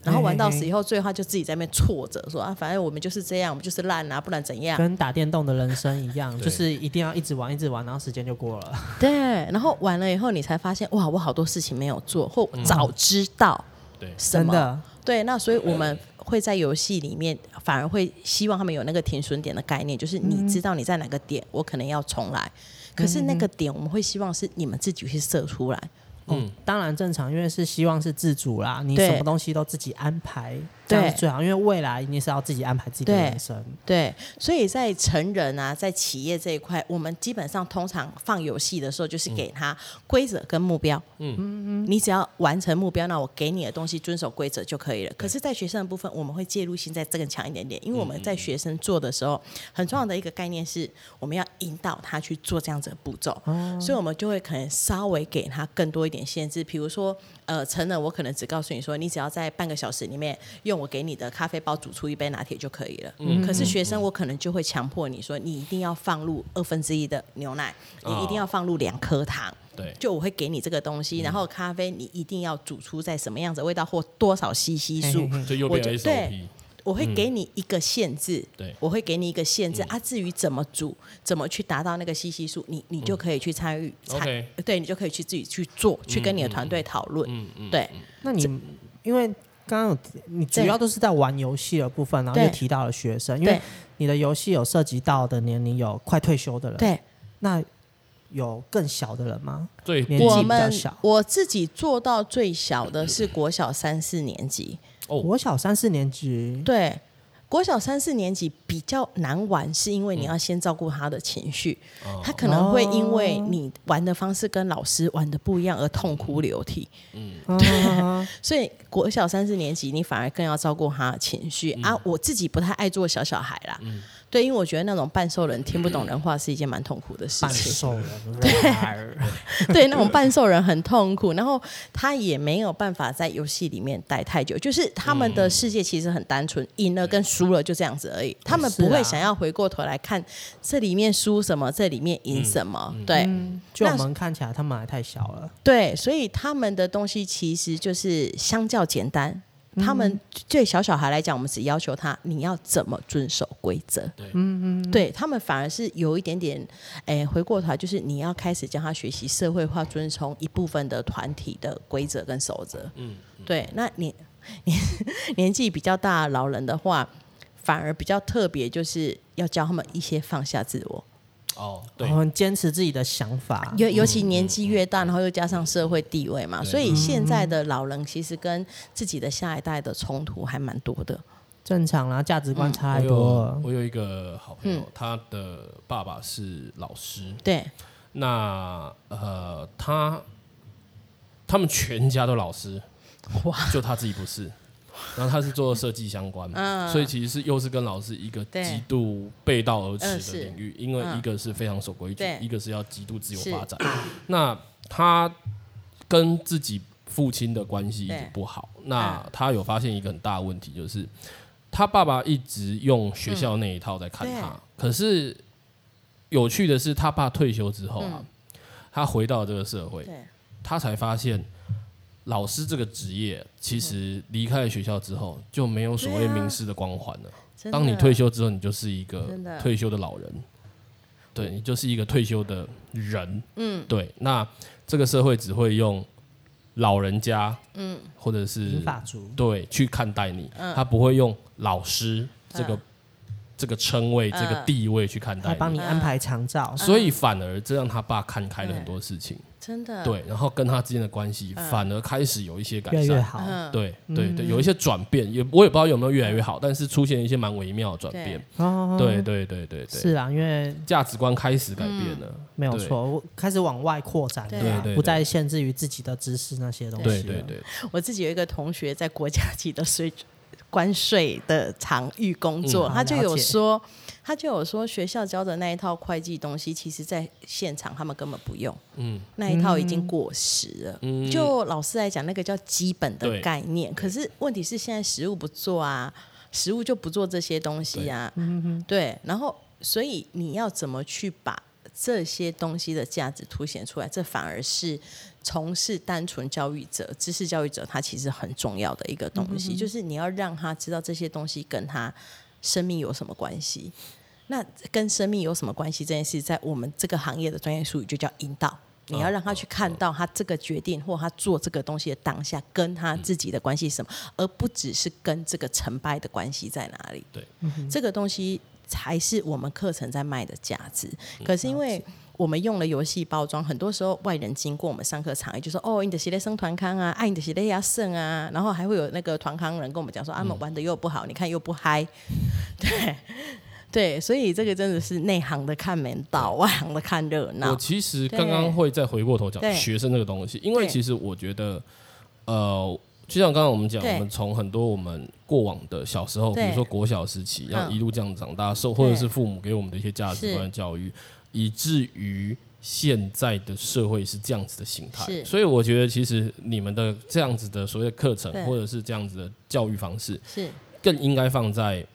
Speaker 3: 然后玩到死以后，最后他就自己在那边挫折，说啊，反正我们就是这样，我们就是烂啊，不然怎样？
Speaker 4: 跟打电动的人生一样，就是一定要一直玩，一直玩，然后时间就过了。
Speaker 3: 对。然后完了以后，你才发现哇，我好多事情没有做，或早知道
Speaker 1: 对
Speaker 3: 什
Speaker 4: 嗯真
Speaker 3: 么。
Speaker 4: 的，
Speaker 3: 对，那所以我们会在游戏里面，反而会希望他们有那个停损点的概念，就是
Speaker 4: 嗯
Speaker 3: 你知道你在哪个点，我可能要重来。可是那个点，我们会希望是你们自己去设出来。
Speaker 4: 嗯，当然正常，因为是希望是自主啦，你
Speaker 3: 对
Speaker 4: 什么东西都自己安排，这
Speaker 3: 对
Speaker 4: 样是最好。因为未来你是要自己安排自己的
Speaker 3: 对
Speaker 4: 人生，
Speaker 3: 对，所以在成人啊，在企业这一块，我们基本上通常放游戏的时候，就是给他规则跟目标。嗯，你只要完成目标，那我给你的东西遵守规则就可以了。可是，在学生的部分，我们会介入性再更强一点点，因为我们在学生做的时候，很重要的一个概念是，我们要引导他去做这样子的步骤。所以我们就会可能稍微给他更多一点限制，比如说，呃，成人我可能只告诉你说，你只要在半个小时里面用我给你的咖啡包煮出一杯拿铁就可以了。可是学生我可能就会强迫你说，你一定要放入二分之一的牛奶，你一定要放入两颗糖。
Speaker 1: 对
Speaker 3: 就我会给你这个东
Speaker 1: 嗯
Speaker 3: 西，然后咖啡你一定要煮出在什么样子的味道或多少 CC 数，
Speaker 1: 就右
Speaker 3: 我
Speaker 1: 边
Speaker 3: 就
Speaker 1: SOP，
Speaker 3: 我会给你一个限制，
Speaker 1: 嗯对嗯
Speaker 3: 我会给你一个限制、啊。至于怎么煮，怎么去达到那个吸吸数，你你就可以去参与，参
Speaker 1: 嗯 OK
Speaker 3: 对你就可以去自己去做，去跟你的团队讨论，
Speaker 1: 嗯嗯，
Speaker 3: 对
Speaker 4: 那你因为刚刚有提你主要都是在玩游戏的部分，然后又
Speaker 3: 对
Speaker 4: 提到了学生，因
Speaker 3: 对
Speaker 4: 为你的游戏有涉及到的年龄有快退休的人，，
Speaker 3: 对。
Speaker 4: 那有更小的人吗？
Speaker 1: 最
Speaker 4: 年纪
Speaker 3: 我
Speaker 4: 比较
Speaker 3: 们
Speaker 4: 小，
Speaker 3: 我自己做到最小 的是国小三四年级，
Speaker 1: 哦
Speaker 4: 国小三四年级，
Speaker 3: 对。国小三四年级比较难玩，是因为
Speaker 4: 嗯
Speaker 3: 你要先照顾他的情绪，
Speaker 4: 哦
Speaker 3: 他可能会因为你玩的方式跟老师玩的不一样而痛哭流涕。
Speaker 4: 对，
Speaker 3: 所以国小三四年级，你反而更要照顾他的情绪、
Speaker 4: 嗯
Speaker 3: 啊。我自己不太爱做小小孩啦，对，因为我觉得那种半兽人听不懂人话是一件蛮痛苦的事
Speaker 4: 半
Speaker 3: 情。
Speaker 4: 兽人，对，
Speaker 3: 对，那种半兽人很痛苦，然后他也没有办法在游戏里面待太久，就是他们的世界其实很单纯，赢了跟输了就这样子而已，他们
Speaker 4: 嗯
Speaker 3: 不
Speaker 4: 是啊
Speaker 3: 会想要回过头来看这里面输什么，这里面
Speaker 4: 嗯
Speaker 3: 赢什么，对。
Speaker 4: 就我们看起来他们还太小了，
Speaker 3: 对，所以他们的东西其实就是相较简单，他们对小小孩来讲，我们只要求他你要怎么遵守规则。
Speaker 1: 对
Speaker 3: 嗯嗯，对他们反而是有一点点，哎，回过头来就是你要开始教他学习社会化，遵从一部分的团体的规则跟守则。嗯，对，那你你年纪比较大的老人的话，反而比较特别，就是要教他们一些放下自我。
Speaker 1: 哦，对
Speaker 4: 我，很坚持自己的想法。
Speaker 3: 尤尤其年纪越大，然后又加上社会地位嘛，
Speaker 1: 对
Speaker 3: 所以现在的老人其实跟自己的下一代的冲突还蛮多的。
Speaker 4: 正常啦，价值观差
Speaker 1: 我
Speaker 4: 太多
Speaker 1: 有
Speaker 4: 了。
Speaker 1: 嗯我有一个好朋友，他的爸爸是老师，
Speaker 3: 对，
Speaker 1: 那呃，他他们全家都老师，
Speaker 3: 哇，
Speaker 1: 就他自己不 是。然后他是做设计相关嘛，
Speaker 3: 嗯
Speaker 1: 所以其实是又是跟老师一个
Speaker 3: 对
Speaker 1: 极度背道而驰
Speaker 3: 嗯
Speaker 1: 的领域，因为一个是非常守规矩，
Speaker 3: 对
Speaker 1: 一个是要极度自
Speaker 3: 是
Speaker 1: 由发展。那他跟自己父亲的关系一直
Speaker 3: 对嗯
Speaker 1: 不好，那他有发现一个很大的问题，就是他爸爸一直用学校那一套在看他，
Speaker 3: 嗯对
Speaker 1: 可是有趣的是，他爸退休之后啊，他回到这个社会，
Speaker 3: 嗯对，
Speaker 1: 他才发现，老师这个职业其
Speaker 3: 嗯
Speaker 1: 实离开了学校之后就没有所谓
Speaker 3: 对啊
Speaker 1: 名师的光环了。
Speaker 3: 真的
Speaker 1: 当你退，休之后，你就是一个
Speaker 3: 啊真的
Speaker 1: 退休的老人，对你就是一个退休的人。嗯，对。那这个社会只会用老人家，嗯，或者是
Speaker 4: 民法族
Speaker 1: 对去看待你，
Speaker 3: 嗯
Speaker 1: 他不会用老师这个这个称谓、这个
Speaker 3: 嗯
Speaker 1: 地位去看
Speaker 4: 还
Speaker 1: 待
Speaker 4: 帮
Speaker 1: 你
Speaker 4: 你。安排长照，
Speaker 1: 所以反而这让他爸看开了很多事情。
Speaker 3: 真的，
Speaker 1: 嗯对，嗯然后跟他之间的关系反而开始有一些改
Speaker 4: 越来
Speaker 1: 善，
Speaker 4: 越好。
Speaker 3: 嗯，
Speaker 1: 对对对，有一些转变，也我也不知道有没有越来越好，但是出现一些蛮微妙的转变，
Speaker 4: 哦，
Speaker 1: 嗯对嗯对对对对，
Speaker 4: 是啊，因为
Speaker 1: 价值观开始改变了，
Speaker 4: 没有
Speaker 1: 对
Speaker 4: 错，我开始往外扩展
Speaker 3: 对
Speaker 4: 了
Speaker 1: 对对
Speaker 4: 啊，不再限制于自己的知识那些东西。
Speaker 1: 对对，对，
Speaker 3: 我自己有一个同学在国家级的税关税的场域工作，
Speaker 4: 嗯
Speaker 3: 他就
Speaker 4: 好
Speaker 3: 有
Speaker 4: 了解
Speaker 3: 说，他就有说，学校教的那一套会计东西，其实在现场他们根本不用，
Speaker 1: 嗯
Speaker 3: 那一套已经过时了。
Speaker 1: 嗯，
Speaker 3: 就老师来讲，那个叫基本的
Speaker 1: 对
Speaker 3: 概念。可是问题是，现在实物不做啊，实物就不做这些东西啊。对，然后所以你要怎么去把这些东西的价值凸显出来？这反而是从事单纯教育者、知识教育者，他其实很重要的一个东
Speaker 1: 嗯
Speaker 3: 西，就是你要让他知道这些东西跟他生命有什么关系。那跟生命有什么关系？这件事在我们这个行业的专业术语就叫引导。你要让他去看到他这个决定或他做这个东西的当下跟他自己的关系是什么，而不只是跟这个成败的关系在哪里。
Speaker 1: 对，
Speaker 3: 这个东西才是我们课程在卖的价值。可是因为我们用了游戏包装，很多时候外人经过我们上课场也就说：“哦，你的系列生团康啊，哎、你的系列要胜啊。”然后还会有那个团康人跟我们讲说：“啊，他们玩的又不好，你看又不嗨。” 对。对，所以这个真的是内行的看门道，外行的看热闹
Speaker 1: 我。其实
Speaker 3: 对
Speaker 1: 刚刚会再回过头讲
Speaker 3: 对
Speaker 1: 学生这个东西，因为
Speaker 3: 对
Speaker 1: 其实我觉得，呃，就像刚刚我们讲，
Speaker 3: 对
Speaker 1: 我们从很多我们过往的小时候，比
Speaker 3: 对
Speaker 1: 如说国小时期，然后
Speaker 3: 嗯
Speaker 1: 一路这样长大，受或者
Speaker 3: 对
Speaker 1: 是父母给我们的一些价值观的教育，以至于。现在的社会是这样子的形态，
Speaker 3: 是
Speaker 1: 所以我觉得其实你们的这样子的所谓的课程
Speaker 3: 对
Speaker 1: 或者是这样子的教育方式，
Speaker 3: 是
Speaker 1: 更应该放在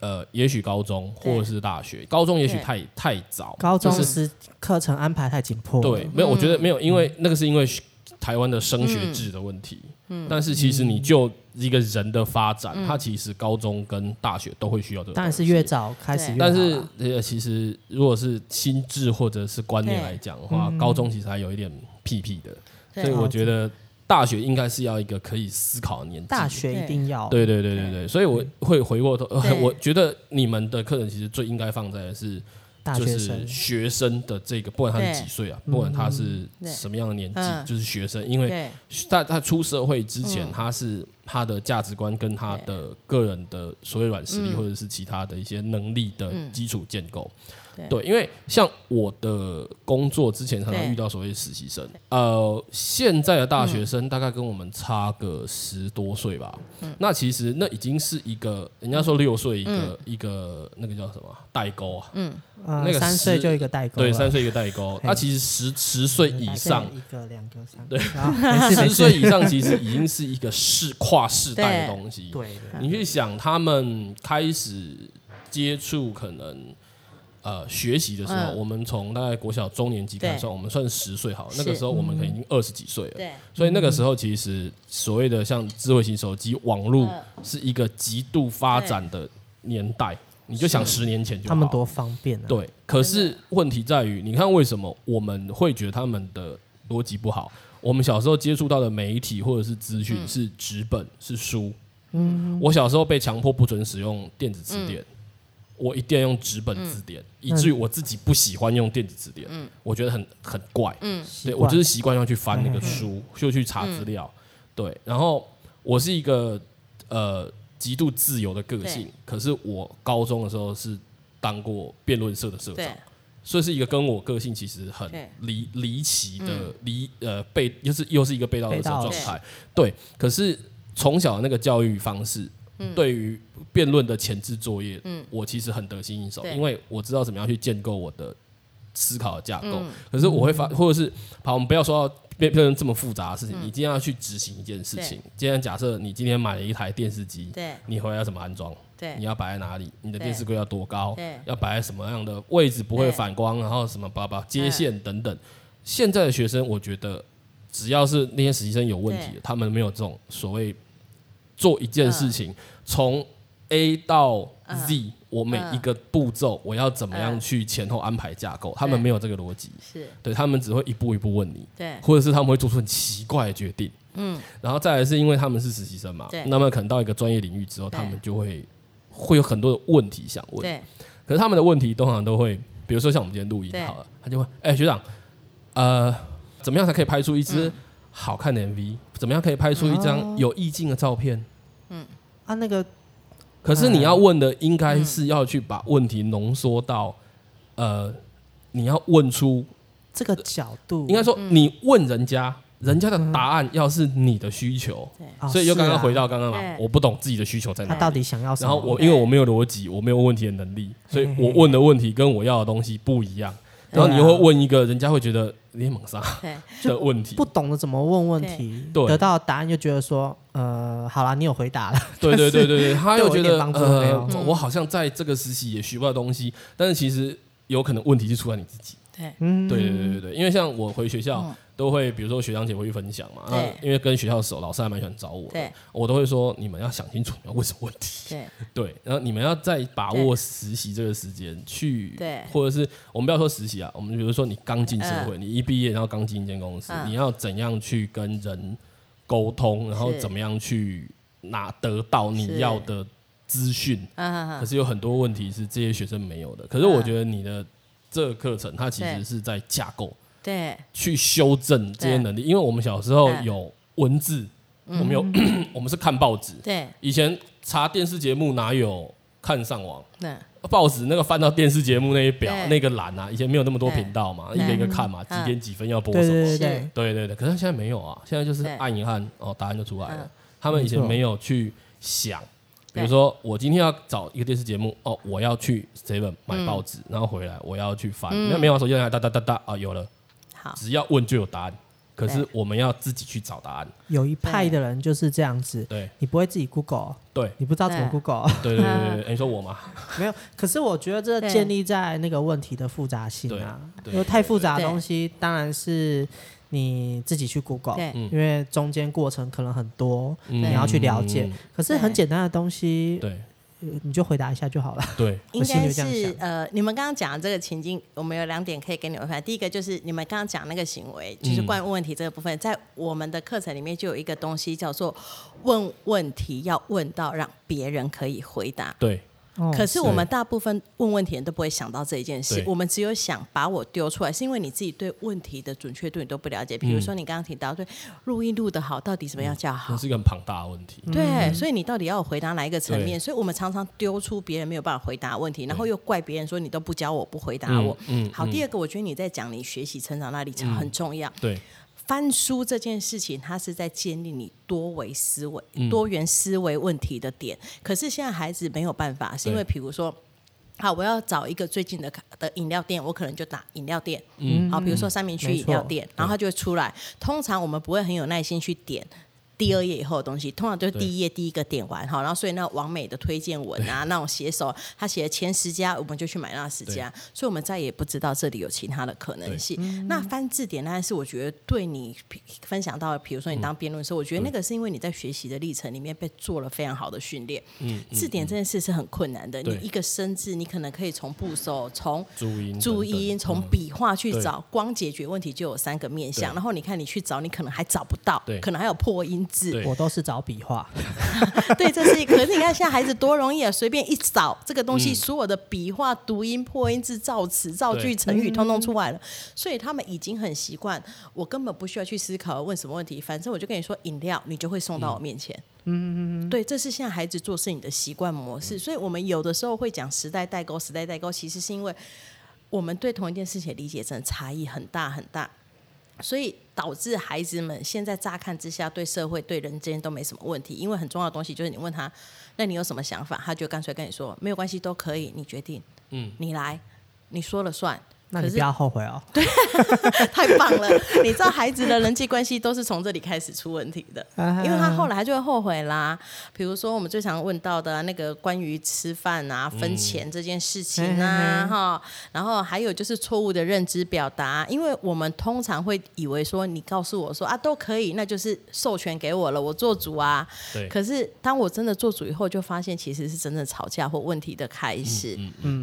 Speaker 1: 呃，也许高中
Speaker 3: 对
Speaker 1: 或者是大学，高中也许
Speaker 3: 对
Speaker 1: 太太早，
Speaker 4: 高中
Speaker 1: 就是
Speaker 4: 时课程安排太紧迫。
Speaker 1: 对，，没有，我觉
Speaker 4: 嗯
Speaker 1: 得没有，因为那个是因为学台湾的升学制的问题。嗯，但是其实你就一个人的发展，他其实高中跟大学都会需要这个东西。
Speaker 4: 当然是越早开始越好
Speaker 1: 但
Speaker 4: 啦。
Speaker 1: 是呃，其实如果是心智或者是观念来讲的话，
Speaker 4: 嗯
Speaker 1: 高中其实还有一点屁屁的，
Speaker 3: 对
Speaker 1: 所以我觉得大学应该是要一个可以思考的年纪。
Speaker 4: 大学一定要
Speaker 1: 对对对对对，所以我会回过头，呃
Speaker 3: 对
Speaker 1: 我觉得你们的课程其实最应该放在的是
Speaker 4: 大
Speaker 1: 就
Speaker 4: 学
Speaker 1: 是
Speaker 4: 生
Speaker 1: 学生的这个，不管他是几岁啊，不管他是什么样的年纪
Speaker 3: 嗯，
Speaker 1: 就是学生，因为
Speaker 3: 对
Speaker 1: 在他出社会之前，他是他的价值观跟他的个人的所谓软实力，或者是其他的一些能力的基础建构。对，因为像我的工作之前常常
Speaker 3: 对
Speaker 1: 遇到所谓实习生，呃，现在的大学生大概跟我们差个十多岁吧。那其实那已经是一个，人家说六岁一个一个那个叫什么啊代沟啊，
Speaker 4: 呃
Speaker 1: 那个
Speaker 4: 三岁
Speaker 1: 十
Speaker 4: 就一个代沟了，
Speaker 1: 对，三岁一个代沟。那其实十十岁以上，
Speaker 4: 一个两个三个，对
Speaker 1: 十岁以上其实已经是一个世跨世代的东西。
Speaker 4: 对对
Speaker 1: 你去想，他们开始接触可能呃学习的时候，
Speaker 3: 嗯
Speaker 1: 我们从大概国小中年级开始
Speaker 3: 对
Speaker 1: 算，我们算十岁好了，
Speaker 3: 是
Speaker 1: 那个时候我们可能已经二十几岁了。
Speaker 3: 对，
Speaker 1: 所以那个时候，其实所谓的像智慧型手机、网络
Speaker 3: 嗯
Speaker 1: 是一个极度发展的年代，你就想十年前就好
Speaker 4: 他们多方便啊！，
Speaker 1: 对，可是问题在于，你看为什么我们会觉得他们的逻辑不好？我们小时候接触到的媒体或者是资讯是纸本、是书。嗯，我小时候被强迫不准使用电子词典，我一定要用纸本字典，以至于我自己不喜欢用电子词典，我觉得很很怪。嗯，对我就是习惯嗯要去翻那个书，就去查资料。对，然后我是一个呃极度自由的个性
Speaker 3: 对，
Speaker 1: 可是我高中的时候是当过辩论社的社长
Speaker 3: 对，
Speaker 1: 所以是一个跟我个性其实很
Speaker 3: 对嗯
Speaker 1: 离离奇的离呃被又是又是一个被盗的
Speaker 4: 被盗
Speaker 1: 状
Speaker 4: 的
Speaker 1: 态。对，可是从小的那个教育方式。
Speaker 3: 嗯
Speaker 1: 对于辩论的前置作业，我其实很得心应手，
Speaker 3: 对
Speaker 1: 因为我知道怎么样去建构我的思考的架构。
Speaker 3: 嗯
Speaker 1: 可是我会发，或者是好，我们不要说到变变成这么复杂的事情，
Speaker 3: 嗯
Speaker 1: 你今天要去执行一件事情。今天假设你今天买了一台电视机，
Speaker 3: 对
Speaker 1: 你回来要怎么安装？
Speaker 3: 对
Speaker 1: 你要摆在哪里？你的
Speaker 3: 对
Speaker 1: 电视柜要多高
Speaker 3: 对？
Speaker 1: 要摆在什么样的位置不会
Speaker 3: 对嗯
Speaker 1: 反光？然后什么叭叭接线等等。现在的学生，我觉得只要是那些实习生有问题
Speaker 3: 对，
Speaker 1: 他们没有这种所谓做一件事
Speaker 3: 嗯
Speaker 1: 情从 A 到 Z，我每
Speaker 3: 嗯
Speaker 1: 一个步骤我要怎么样去前后安排架构，他们没有这个逻辑。
Speaker 3: 是，
Speaker 1: 对他们只会一步一步问你，
Speaker 3: 对
Speaker 1: 或者是他们会做出很奇怪的决定，嗯，然后再来是因为他们是实习生嘛
Speaker 3: 对，
Speaker 1: 那么可能到一个专业领域之后，
Speaker 3: 对
Speaker 1: 他们就会会有很多的问题想问，
Speaker 3: 对
Speaker 1: 可是他们的问题通常都会，比如说像我们今天录音好了，他就会，哎、学长，呃，怎么样才可以拍出一
Speaker 3: 嗯
Speaker 1: 支好看的 MV？怎么样可以拍出一
Speaker 3: 哦
Speaker 1: 张有意境的照片？
Speaker 4: 啊，那个
Speaker 1: 可是你要问的应该是要去把问题浓缩到，呃，你要问出
Speaker 4: 这个角度
Speaker 3: 嗯
Speaker 1: 应该说你问人家，人家的答案要是你的需求，
Speaker 4: 哦
Speaker 1: 所以又刚刚
Speaker 4: 是啊啊
Speaker 1: 回到刚刚嘛
Speaker 3: 对，
Speaker 1: 我不懂自己的需求在哪
Speaker 4: 他
Speaker 1: 里。
Speaker 4: 到底想要什
Speaker 1: 然
Speaker 4: 么？
Speaker 1: 后我因为我没有逻辑，我没有问题的能力，所以我问的问题跟我要的东西不一样。
Speaker 4: 啊
Speaker 1: 然后你又会问一个人家会觉得你猛 杀
Speaker 3: 对
Speaker 1: 的问题
Speaker 4: 不，懂得怎么问问题，
Speaker 1: 对对
Speaker 4: 得到答案就觉得说，呃，好啦，你有回答了，
Speaker 1: 对对对对对，他又
Speaker 4: 对我
Speaker 1: 觉
Speaker 4: 一点
Speaker 1: 得
Speaker 4: 帮助都
Speaker 1: 呃
Speaker 4: 没有，
Speaker 1: 我好像在这个实习也学不到东西，但是其实有可能问题是出在你自己。
Speaker 3: 对
Speaker 4: 嗯，
Speaker 1: 对对对对对，因为像我回学校都会，比如说学长姐会去分享嘛，那
Speaker 3: 对
Speaker 1: 因为跟学校熟，老师还蛮喜欢找我的
Speaker 3: 对，
Speaker 1: 我都会说你们要想清楚你要问什么问题，
Speaker 3: 对
Speaker 1: 对，然后你们要再把握实习这个时间去，
Speaker 3: 对
Speaker 1: 或者是我们不要说实习啊，我们比如说你刚进社会，你一毕业然后刚进一间公司，
Speaker 3: 嗯
Speaker 1: 你要怎样去跟人沟通，然后
Speaker 3: 是
Speaker 1: 怎么样去拿得到你
Speaker 3: 是
Speaker 1: 要的资讯，
Speaker 3: 啊
Speaker 1: 可是有很多问题是这些学生没有的。可是我觉得你的这个课程，它其实
Speaker 3: 嗯对
Speaker 1: 是在架构
Speaker 3: 对
Speaker 1: 去修正这些能力，因为我们小时候
Speaker 3: 嗯
Speaker 1: 有文字，我们有 我们是看报纸，
Speaker 3: 对
Speaker 1: 以前查电视节目哪有看上网。啊
Speaker 3: 那
Speaker 1: 报纸那个翻到电视节目那一表
Speaker 3: 对
Speaker 1: 那个栏啊，以前没有那么多频道嘛，一
Speaker 3: 对
Speaker 1: 个一个看嘛，几
Speaker 3: 嗯
Speaker 1: 点几分要播
Speaker 4: 对
Speaker 1: 什么
Speaker 4: 对对
Speaker 3: 是
Speaker 4: 对，
Speaker 1: 对对对，可是现在没有啊，现在就是
Speaker 3: 对
Speaker 1: 按一按，哦，答案就出来了。
Speaker 3: 嗯
Speaker 1: 他们以前
Speaker 4: 没错
Speaker 1: 没有去想，比如
Speaker 3: 对
Speaker 1: 说我今天要找一个电视节目，哦，我要去
Speaker 3: 嗯
Speaker 1: Seven 买报纸，然后回来我要去翻，那没有手机来哒哒哒哒啊，有了，
Speaker 3: 好
Speaker 1: 只要问就有答案。可是
Speaker 3: 哦对
Speaker 1: 我们要自己去找答案，
Speaker 4: 有一派的人就是这样子，
Speaker 1: 对
Speaker 4: 你不会自己 Google，哦
Speaker 1: 对
Speaker 4: 你不知道怎么
Speaker 3: 对
Speaker 4: Google，哦
Speaker 1: 对对对
Speaker 3: 嗯
Speaker 1: 对对，哎你说我吗？
Speaker 4: 没有。可是我觉得这
Speaker 3: 对
Speaker 4: 建立在那个问题的复杂性啊，
Speaker 1: 对对
Speaker 4: 因为太复杂的
Speaker 3: 对
Speaker 4: 东西当然是你自己去 Google，
Speaker 3: 对
Speaker 1: 嗯
Speaker 4: 因为中间过程可能很多，
Speaker 1: 嗯
Speaker 4: 你要去了解
Speaker 1: 嗯。
Speaker 4: 可是很
Speaker 3: 对
Speaker 4: 简单的东西，
Speaker 1: 对
Speaker 4: 呃你就回答一下就好了。
Speaker 1: 对
Speaker 4: 我
Speaker 3: 应
Speaker 4: 心里
Speaker 3: 该
Speaker 4: 就这样
Speaker 3: 是
Speaker 4: 想
Speaker 3: 呃，你们刚刚讲的这个情境，我们有两点可以给你们分享。第一个就是你们刚刚讲那个行为，就是
Speaker 1: 嗯
Speaker 3: 关于问问题这个部分，在我们的课程里面就有一个东西叫做问问题，要问到让别人可以回答。
Speaker 1: 对
Speaker 4: 哦
Speaker 3: 可是我们大部分问问题人都不会想到这一件事
Speaker 1: 对，
Speaker 3: 我们只有想把我丢出来，是因为你自己对问题的准确度你都不了解。
Speaker 4: 嗯
Speaker 3: 比如说你刚刚提到，对录音录的好，到底什么样叫好
Speaker 1: 这？是一个很庞大的问题。
Speaker 3: 对，所以你到底要我回答哪一个层
Speaker 1: 嗯对
Speaker 3: 面？所以我们常常丢出别人没有办法回答的问题，然后又怪别人说你都不教我，不回答啊我。
Speaker 1: 嗯嗯
Speaker 3: 好，第二个，我觉得你在讲你学习成长那里很重要。
Speaker 1: 对
Speaker 3: 翻书这件事情，它是在建立你多维思维、
Speaker 1: 嗯
Speaker 3: 多元思维问题的点。可是现在孩子没有办法，是因为
Speaker 1: 对
Speaker 3: 比如说。好，我要找一个最近的咖的饮料店，我可能就打饮料店，嗯，好，比如说三明区
Speaker 4: 没
Speaker 3: 饮料
Speaker 4: 错
Speaker 3: 店，然后它就会出来。通常我们不会很有耐心去点第二页以后的东西，通常都是第一页第一个点完哈，然后所以那王美的推荐文啊，那种写手他写的前十家，我们就去买那十家，所以我们再也不知道这里有其他的可能性。那翻字典，但是我觉得对你分享到，比如说你当辩论师，我觉得那个是因为你在学习的历程里面被做了非常好的训练。嗯，字典这件事是很困难的，你
Speaker 1: 对
Speaker 3: 一个生字，你可能可以从部首、从
Speaker 1: 注音等
Speaker 3: 注音、
Speaker 1: 等
Speaker 3: 从
Speaker 1: 嗯
Speaker 3: 笔画去
Speaker 1: 对
Speaker 3: 找，光解决问题就有三个面向。
Speaker 1: 对
Speaker 3: 然后你看你去找，你可能还找不到
Speaker 1: 对，
Speaker 3: 可能还有破音字。
Speaker 1: 对
Speaker 4: 我都是找笔画，
Speaker 3: 对，这是一个。可是你看现在孩子多容易啊，随便一找这个东西，所有的笔画、读音、破音字、造词、造
Speaker 1: 对
Speaker 3: 句、成语，通通出来了。所以他们已经很习惯，我根本不需要去思考问什么问题，反正我就跟你说饮料，你就会送到我面前。嗯，对，这是现在孩子做事你的习惯模式。所以我们有的时候会讲时代代沟，时代代沟其实是因为我们对同一件事情的理解真的差异很大很大。所以导致孩子们现在乍看之下对社会、对人间都没什么问题，因为很重要的东西就是你问他，那你有什么想法，他就干脆跟你说没有关系，都可以，你决定，嗯，你来，你说了算。
Speaker 4: 那
Speaker 3: 可
Speaker 4: 你
Speaker 3: 是
Speaker 4: 不要后悔哦。
Speaker 3: 太棒了！你知道孩子的人际关系都是从这里开始出问题的，因为他后来他就会后悔啦。比如说我们最常问到的那个关于吃饭啊、分钱这件事情啊，哈、然后还有就是错误的认知表达，因为我们通常会以为说你告诉我说啊都可以，那就是授权给我了，我做主啊。
Speaker 1: 对
Speaker 3: 可是当我真的做主以后，就发现其实是真的吵架或问题的开始。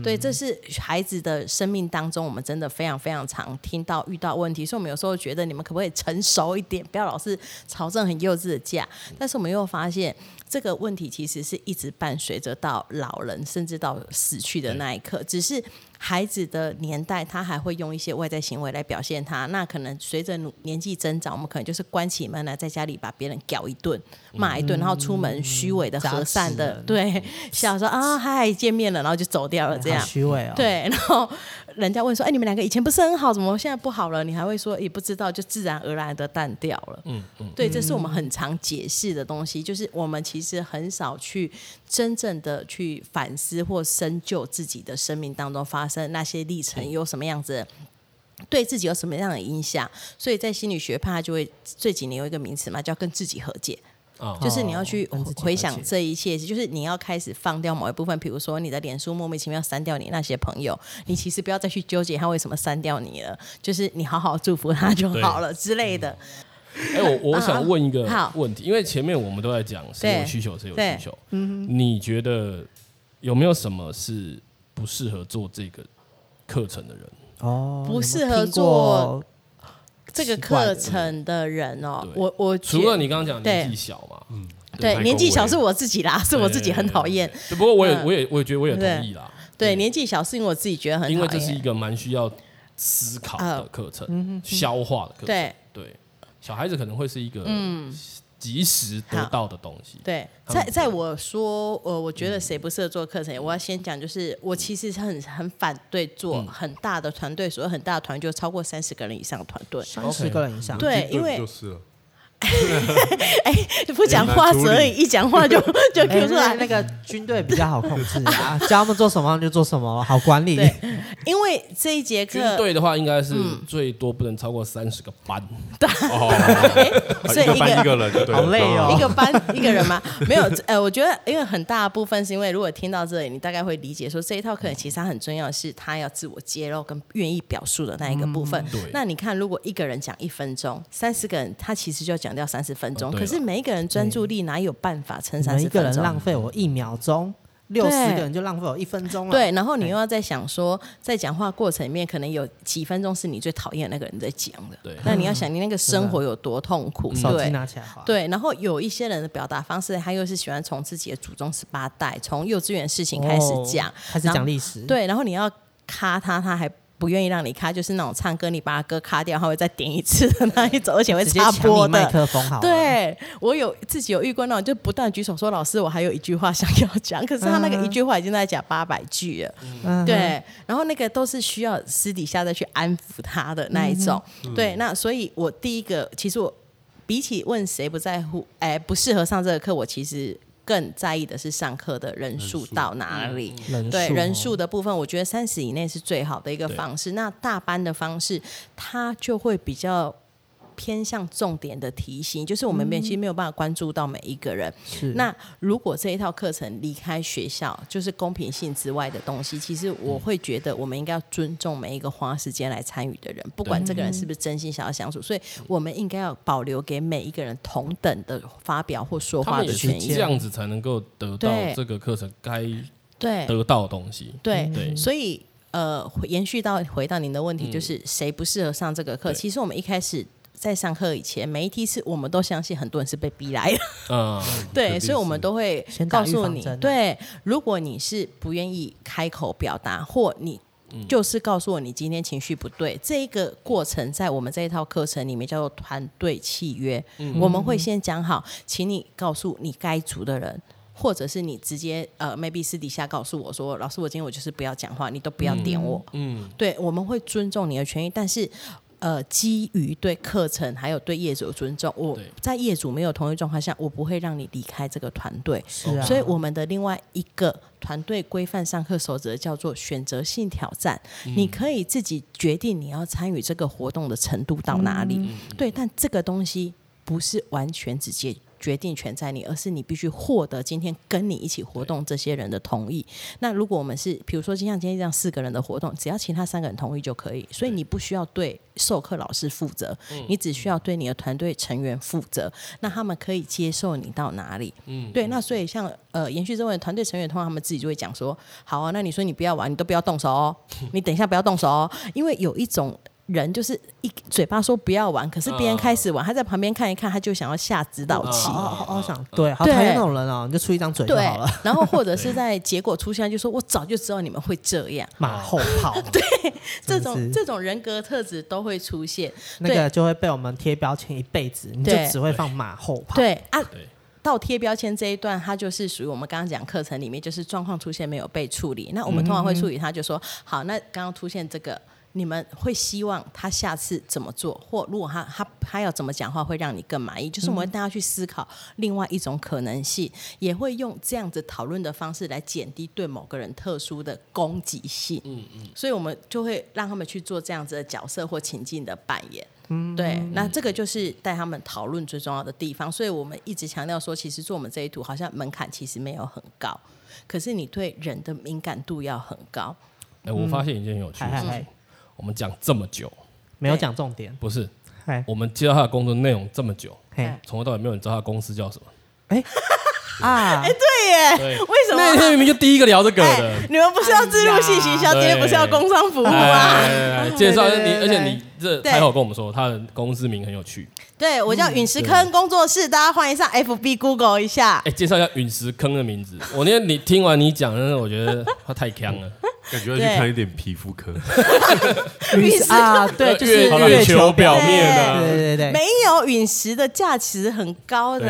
Speaker 3: 对，这是孩子的生命当中，我们真的非常非常常听到遇到问题，所以我们有时候觉得你们可不可以成熟一点，不要老是吵这种很幼稚的架。但是我们又发现，这个问题其实是一直伴随着到老人，甚至到死去的那一刻，只是。孩子的年代，他还会用一些外在行为来表现他。那可能随着努年纪增长，我们可能就是关起门来，在家里把别人屌一顿、骂一顿，然后出门虚伪的、
Speaker 4: 嗯砸
Speaker 3: 和善
Speaker 4: 死
Speaker 3: 的
Speaker 4: 人，
Speaker 3: 对，笑说啊嗨，见面了，然后就走掉了，这样
Speaker 4: 好。虚伪哦。，
Speaker 3: 啊对， 然后人家问说：“哎，你们两个以前不是很好，怎么现在不好了？”你还会说：“也不知道，就自然而然的淡掉了。”嗯嗯，对，这是我们很常解释的东西，就是我们其实很少去真正的去反思或深究自己的生命当中发生那些历程有什么样子的对自己有什么样的影响，所以在心理学派它就会这几年有一个名词嘛，叫跟自己和解。
Speaker 1: 啊
Speaker 3: 就是你要去
Speaker 4: 跟自己和
Speaker 3: 回想
Speaker 4: 哦解
Speaker 3: 这一切，就是你要开始放掉某一部分，比如说你的脸书莫名其妙删掉你那些朋友，你其实不要再去纠结他为什么删掉你了，就是你好好祝福他就好了之类
Speaker 4: 嗯
Speaker 3: 的。
Speaker 1: 哎、我我想问一个
Speaker 3: 啊好
Speaker 1: 问题，因为前面我们都在讲谁有
Speaker 3: 对
Speaker 1: 需求，谁有
Speaker 3: 对嗯
Speaker 1: 需求。你觉得有没有什么是不适合做这个课程的人？
Speaker 4: 哦，
Speaker 3: 不适合
Speaker 4: 有没有听过
Speaker 3: 这个课程的人哦，
Speaker 1: 对
Speaker 3: 我我觉
Speaker 1: 除了你刚刚讲
Speaker 3: 对
Speaker 1: 年纪小嘛，嗯，
Speaker 3: 对
Speaker 2: 太
Speaker 3: 年纪
Speaker 2: 恭
Speaker 3: 小
Speaker 2: 维
Speaker 3: 是我自己啦，是我自己很讨厌。
Speaker 1: 对。不过我也
Speaker 3: 嗯
Speaker 1: 我也我也觉得我也
Speaker 3: 对
Speaker 1: 同意啦，
Speaker 3: 对年纪小是因为我自己觉得很
Speaker 1: 因为
Speaker 3: 讨
Speaker 1: 这是一
Speaker 3: 厌。嗯
Speaker 1: 个蛮需要思考的课程，消化的课程。
Speaker 3: 对
Speaker 1: 对，小孩子可能会是一个
Speaker 3: 嗯
Speaker 1: 及时得到的东西。
Speaker 3: 对，
Speaker 1: 他
Speaker 3: 在
Speaker 1: 们
Speaker 3: 在我说，呃，我觉得谁不适合做课程，我要先讲，就是我其实是很很反对做很大的团队，所谓很大的团队就超过三十个人以上的团队，
Speaker 4: 三十个人以上，
Speaker 3: 对
Speaker 2: 一，
Speaker 3: 因
Speaker 2: 顿
Speaker 3: 为
Speaker 2: 就是 了，
Speaker 3: 不讲话，所以一讲话就 就
Speaker 4: 哎
Speaker 3: Q 出
Speaker 4: 那
Speaker 3: 来。
Speaker 4: 那个军队比较好控制啊，叫他们做什么他们就做什么，好管理。
Speaker 3: 对，因为这一节
Speaker 1: 军
Speaker 3: 课，
Speaker 1: 队的话，应该是
Speaker 3: 嗯
Speaker 1: 最多不能超过三十个班。
Speaker 2: 啊
Speaker 3: 哎所以
Speaker 2: 一个
Speaker 3: 一
Speaker 2: 班
Speaker 3: 个
Speaker 2: 一个人就对了，
Speaker 4: 好累哦
Speaker 3: 一个班 一个人吗？没有，呃，我觉得因为很大部分是因为如果听到这里，你大概会理解说这一套课程其实它很重要，是它要自我揭露跟愿意表述的那一个部
Speaker 4: 嗯
Speaker 3: 分。
Speaker 1: 对
Speaker 3: 那你看，如果一个人讲一分钟，三十个人他其实就要讲掉三十分
Speaker 4: 哦
Speaker 3: 钟，
Speaker 1: 对
Speaker 3: 可
Speaker 1: 了
Speaker 3: 是每一个人专注力哪有办法撑
Speaker 4: 你
Speaker 3: 三
Speaker 4: 们啊一
Speaker 3: 十
Speaker 4: 个
Speaker 3: 分
Speaker 4: 人
Speaker 3: 钟？
Speaker 4: 浪费我一秒钟，六十个人就浪费我一分钟了。
Speaker 3: 对，然后你又要在想说，在讲话过程里面，可能有几分钟是你最讨厌的那个人在讲的。
Speaker 1: 对
Speaker 3: 那你要想，你那个生活有多痛苦，
Speaker 4: 手机
Speaker 3: 对。
Speaker 4: 拿起来划。
Speaker 3: 对，然后有一些人的表达方式，他又是喜欢从自己的祖宗十八代，从幼稚园事情开始讲，
Speaker 4: 哦开始
Speaker 3: 然后
Speaker 4: 讲历史。，
Speaker 3: 对，然后你要卡他，他还不愿意让你卡，就是那种唱歌你把他歌卡掉，他会再点一次的那一种，而且会
Speaker 4: 直接
Speaker 3: 插
Speaker 4: 抢
Speaker 3: 播
Speaker 4: 你麦
Speaker 3: 的。
Speaker 4: 克风好了。
Speaker 3: 对我有自己有遇过那种，就不断举手说老师，我还有一句话想要讲，可是他那个一句话已经在讲八百句了，
Speaker 4: 嗯，
Speaker 3: 对，然后那个都是需要私底下再去安抚他的那一种。
Speaker 4: 嗯
Speaker 3: 对，那所以我第一个，其实我比起问谁不在乎，哎，不适合上这个课，我其实更在意的是上课的人数到哪里。
Speaker 4: 人
Speaker 3: 对
Speaker 4: 数
Speaker 3: 人
Speaker 4: 哦
Speaker 3: 数的部分，我觉得三十以内是最好的一个方式。那大班的方式，它就会比较偏向重点的提醒，就是我们
Speaker 4: 嗯
Speaker 3: 没有其实没有办法关注到每一个人。
Speaker 4: 是
Speaker 3: 那如果这一套课程离开学校，就是公平性之外的东西，其实我会觉得我们应该要尊重每一个花时间来参与的人，不管这个人是不是真心想要相处，所以我们应该要保留给每一个人同等的发表或说
Speaker 1: 他
Speaker 3: 话
Speaker 1: 们也
Speaker 3: 的
Speaker 1: 是
Speaker 3: 权
Speaker 1: 这
Speaker 3: 益。
Speaker 1: 样子才能够得到
Speaker 3: 对
Speaker 1: 这个课程该
Speaker 3: 对，
Speaker 1: 得到的东西。
Speaker 3: 对，
Speaker 1: 嗯对嗯
Speaker 3: 所以呃，回延续到回到您的问题，就是谁不适合上这个课？
Speaker 1: 对
Speaker 3: 其实我们一开始。在上课以前，每一梯次我们都相信很多人是被逼来的，
Speaker 1: 嗯，
Speaker 3: 对，所以我们都会
Speaker 4: 先打
Speaker 3: 告
Speaker 4: 预
Speaker 3: 诉
Speaker 4: 防
Speaker 3: 你
Speaker 4: 针啊，
Speaker 3: 对，如果你是不愿意开口表达，或你
Speaker 4: 嗯
Speaker 3: 就是告诉我你今天情绪不对，这一个过程在我们这一套课程里面叫做团队契约，
Speaker 4: 嗯
Speaker 3: 我们会先讲好，请你告诉你该族的人。或者是你直接呃，maybe 私底下告诉我说，老师，我今天我就是不要讲话，你都不要点我。
Speaker 1: 嗯，
Speaker 3: 对，我们会尊重你的权益，但是。呃，基于对课程还有对业主的尊重，我
Speaker 1: 对
Speaker 3: 在业主没有同意状况下，我不会让你离开这个团队。
Speaker 4: 是啊，
Speaker 3: 所以我们的另外一个团队规范上课守则叫做选择性挑战，
Speaker 4: 嗯
Speaker 3: 你可以自己决定你要参与这个活动的程度到哪里。
Speaker 4: 嗯
Speaker 3: 对，但这个东西不是完全直接。决定权在你，而是你必须获得今天跟你一起活动这些人的同意。那如果我们是，比如说，就像今天这样四个人的活动，只要其他三个人同意就可以，所以你不需要对授课老师负责，你只需要对你的团队成员负责。那他们可以接受你到哪里？嗯，对。那所以像呃，延续这位团队成员，通常他们自己就会讲说：好啊，那你说你不要玩，你都不要动手 哦，你等一下不要动手哦，因为有一种。人就是一嘴巴说不要玩，可是别人开始玩，他在旁边看一看，他就想要下指导棋。
Speaker 4: 哦哦哦，想对，好讨厌那种人哦，你就出一张嘴就
Speaker 3: 对
Speaker 4: 好了，，
Speaker 3: 然后或者是在结果出现，就说我早就知道你们会这样，
Speaker 4: 马后 炮，对，
Speaker 3: 这
Speaker 4: 真
Speaker 3: 种
Speaker 4: 是
Speaker 3: 这种人格特质都会出现。
Speaker 4: 那个就会被我们贴标签一辈子，你就
Speaker 3: 对
Speaker 4: 只会放马后炮，，
Speaker 3: 对啊
Speaker 1: 对，
Speaker 3: 到贴标签这一段，它就是属于我们刚刚讲课程里面，就是状况出现没有被处理。那我们通常会处理它，就说好，那刚刚出现这个。你们会希望他下次怎么做，或如果他他他要怎么讲话会让你更满意？就是我们会带他去思考另外一种可能性，也会用这样子讨论的方式来减低对某个人特殊的攻击性。嗯嗯，所以我们就会让他们去做这样子的角色或情境的扮演。对，那这个就是带他们讨论最重要的地方，所以我们一直强调说，其实做我们这一图好像门槛其实没有很高，可是你对人的敏感度要很高。
Speaker 1: 哎，我发现一件有趣
Speaker 4: 嗨
Speaker 1: 的
Speaker 4: 嗨
Speaker 3: 嗯
Speaker 1: 事情，
Speaker 4: 嗨，
Speaker 1: 我们讲这么久，
Speaker 4: 没有讲重点，
Speaker 1: 不是
Speaker 4: 嗨，
Speaker 1: 我们接到他的工作内容这么久，
Speaker 4: 嘿
Speaker 1: 从头到尾没有人知道他公司叫什么。
Speaker 4: 哎 啊，
Speaker 3: 哎对耶，
Speaker 1: 对，
Speaker 3: 为什
Speaker 1: 那
Speaker 3: 么？哎
Speaker 1: 天明明就第一个聊这个的。
Speaker 3: 你们不是要自入信息销，今天不是要工商服务吗？
Speaker 1: 哎，介绍
Speaker 4: 对对
Speaker 1: 你，
Speaker 4: 对
Speaker 1: 而且你这开头
Speaker 3: 对
Speaker 1: 跟我们说，他的公司名很有趣。
Speaker 3: 对，我
Speaker 1: 嗯
Speaker 3: 叫陨石坑工作室，大家欢迎上 FB Google 一下。
Speaker 1: 哎，介绍一下陨石坑的名 字。我那天你听完你讲，真的我觉得他太强了。
Speaker 2: 感觉要去看一点皮肤科。
Speaker 4: 绿色啊， 对，就是
Speaker 1: 月月球表
Speaker 3: 面啊
Speaker 4: 对对对
Speaker 3: 没
Speaker 4: 对，
Speaker 3: 有陨石的价值很高的。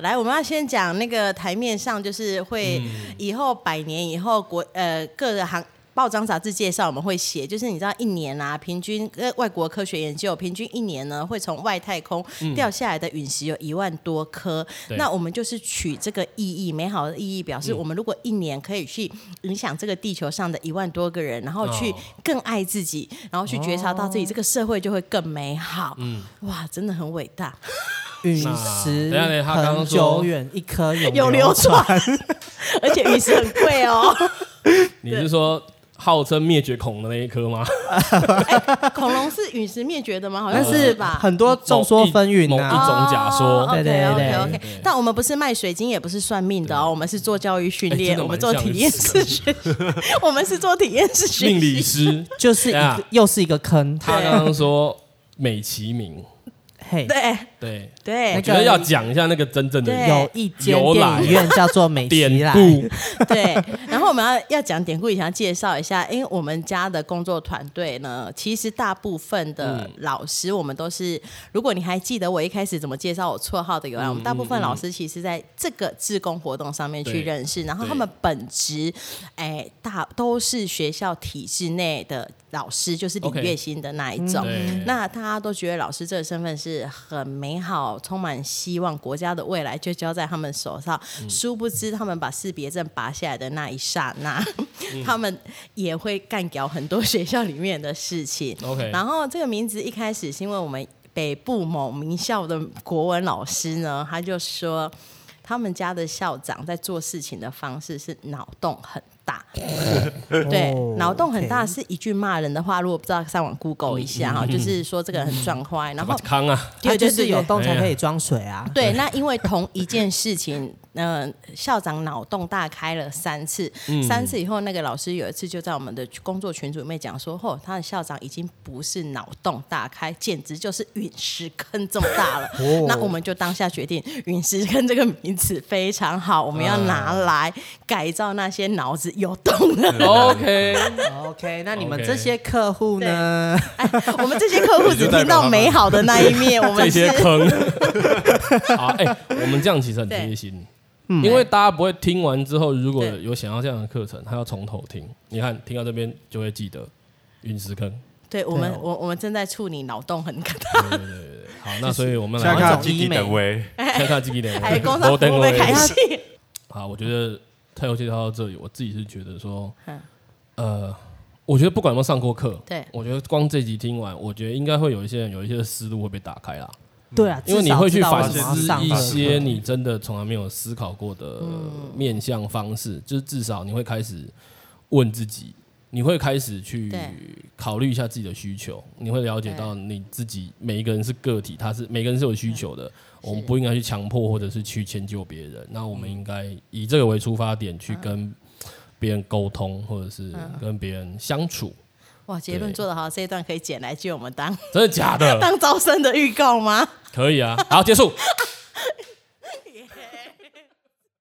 Speaker 1: 对
Speaker 3: 来，我们要先讲那个台面上，就是会
Speaker 4: 嗯
Speaker 3: 以后百年以后国呃各个行。报章杂志介绍我们会写，就是你知道一年啊，平均呃外国科学研究平均一年呢会从外太空
Speaker 4: 嗯
Speaker 3: 掉下来的陨石有一万多颗，
Speaker 1: 对
Speaker 3: 那我们就是取这个意义美好的意义，
Speaker 4: 嗯
Speaker 3: 表示我们如果一年可以去影响这个地球上的一万多个人，然后去
Speaker 1: 哦
Speaker 3: 更爱自己，然后去觉察到自己，这个社会就会更美好。嗯，哇，真的很伟大，
Speaker 4: 陨
Speaker 1: 那
Speaker 4: 石
Speaker 1: 等一下等一下他刚
Speaker 4: 很
Speaker 1: 刚
Speaker 4: 久
Speaker 1: 说
Speaker 4: 远，一颗
Speaker 3: 有
Speaker 4: 永
Speaker 3: 流
Speaker 4: 流
Speaker 3: 传， 而且陨石很 贵哦。
Speaker 1: 你是说号称灭绝孔的那一颗吗？
Speaker 3: 恐龙是陨石灭绝的吗？好像
Speaker 4: 但是
Speaker 3: 吧。
Speaker 4: 很多众说纷纭
Speaker 1: 嗯呃
Speaker 4: 啊
Speaker 1: 某一
Speaker 4: 呐，
Speaker 1: 种假说
Speaker 4: 对对对
Speaker 3: o k OK OK。但我们不是卖水晶，也不是算命的哦，我们是做教育训
Speaker 1: 哎真
Speaker 3: 练，
Speaker 1: 的
Speaker 3: 我们
Speaker 1: 蛮
Speaker 3: 做体验式学习，我们是做体验式学
Speaker 1: 命
Speaker 3: 习。
Speaker 1: 理 师，
Speaker 4: 就是一
Speaker 1: 等一
Speaker 4: 个
Speaker 1: 下
Speaker 4: 又是一个坑，
Speaker 1: 他刚刚说美其名，
Speaker 4: 嘿，
Speaker 3: 对
Speaker 1: 对，我
Speaker 3: 对
Speaker 1: 觉得要讲一下那个真正的
Speaker 3: 对
Speaker 4: 有一间
Speaker 1: 由来啊
Speaker 4: 电影院叫做美
Speaker 1: 典
Speaker 4: 琪啦，
Speaker 1: 故。
Speaker 3: 对，然后我们要要讲典故，也想介绍一下，因为我们家的工作团队呢，其实大部分的
Speaker 1: 嗯
Speaker 3: 老师，我们都是，如果你还记得我一开始怎么介绍我绰号的由来，
Speaker 1: 嗯
Speaker 3: 我们大部分老师其实在这个志工活动上面去
Speaker 1: 对
Speaker 3: 认识，然后他
Speaker 1: 对
Speaker 3: 们本职，哎，大都是学校体制内的老师，就是领
Speaker 1: OK 嗯
Speaker 3: 月薪的那一种。
Speaker 1: 对，
Speaker 3: 那大家都觉得老师这个身份是很美好、充满希望，国家的未来就交在他们手上。殊不知，他们把识别证拔下来的那一刹那， 他们也会干掉很多学校里面的事情。
Speaker 1: OK
Speaker 3: 然后这个名字一开始是因为我们。北部某名校的国文老师呢，他就说。他们家的校长在做事情的方式是脑洞很大，对，脑洞很大是一句骂人的话。如果不知道，上网 Google 一下
Speaker 4: 嗯
Speaker 3: 哈，就是说这个人很撞坏，然后
Speaker 1: 康啊，
Speaker 4: 它
Speaker 3: 对
Speaker 4: 就
Speaker 3: 对
Speaker 4: 是
Speaker 3: 对
Speaker 4: 有
Speaker 3: 对
Speaker 4: 洞才可以装水啊。
Speaker 3: 对，那因为同一件事情，嗯，校长脑洞大开了三次，
Speaker 1: 嗯
Speaker 3: 三次以后，那个老师有一次就在我们的工作群组里面讲说，嚯、他的校长已经不是脑洞大开，简直就是陨石坑这么大 了。
Speaker 1: 哦
Speaker 3: 那我们就当下决定，陨石坑这个名词非常好，我们
Speaker 1: 嗯
Speaker 3: 要拿来改造那些脑子有洞的人。
Speaker 1: OK，
Speaker 4: OK，那你们
Speaker 1: OK
Speaker 4: 这些客户呢？
Speaker 3: 哎，我们这些客户只听到美好的那一面，我
Speaker 1: 这
Speaker 3: 们是
Speaker 1: 些坑。 好，哎、我们这样其实很贴心，因为大家不会听完之后，如果
Speaker 3: 嗯对
Speaker 1: 有想要这样的课程，他要从头听。你看，听到这边就会记得陨石坑。
Speaker 3: 对我们
Speaker 1: 哦
Speaker 4: 对，
Speaker 3: 我我们正在处理脑洞很大。
Speaker 1: 好，那所以我们来
Speaker 2: 下
Speaker 4: 看
Speaker 2: 卡
Speaker 4: 种
Speaker 2: 积
Speaker 4: 医
Speaker 2: 极
Speaker 4: 美
Speaker 2: 的威，
Speaker 1: 看看这一点，
Speaker 3: 哎，工商服务会开心。
Speaker 1: 好，我觉得太有介绍到这里，我自己是觉得说
Speaker 3: 嗯，
Speaker 1: 呃，我觉得不管有没有上过课，
Speaker 3: 对
Speaker 1: 我觉得光这集听完，我觉得应该会有一些人有一些思路会被打开啦，
Speaker 4: 对啊，
Speaker 1: 因为你
Speaker 4: 至少
Speaker 1: 会去
Speaker 4: 知道我
Speaker 1: 反
Speaker 4: 们要
Speaker 1: 思
Speaker 4: 上
Speaker 1: 一
Speaker 4: 课
Speaker 1: 些你真的从来没有思考过的面向方式，就是至少你会开始问自己。你会开始去
Speaker 3: 对
Speaker 1: 考虑一下自己的需求，你会了解到你自己每一个人是个体，他是每个人是有需求的，我们不应该去强迫或者是去迁就别人。那我们应该以这个为出发点去跟别人沟通，或者是跟别人相处。
Speaker 3: 哇，结论
Speaker 1: 对
Speaker 3: 做得好，这一段可以剪来借我们当
Speaker 1: 真的假的？
Speaker 3: 当招生的预告吗？
Speaker 1: 可以啊。好，结束。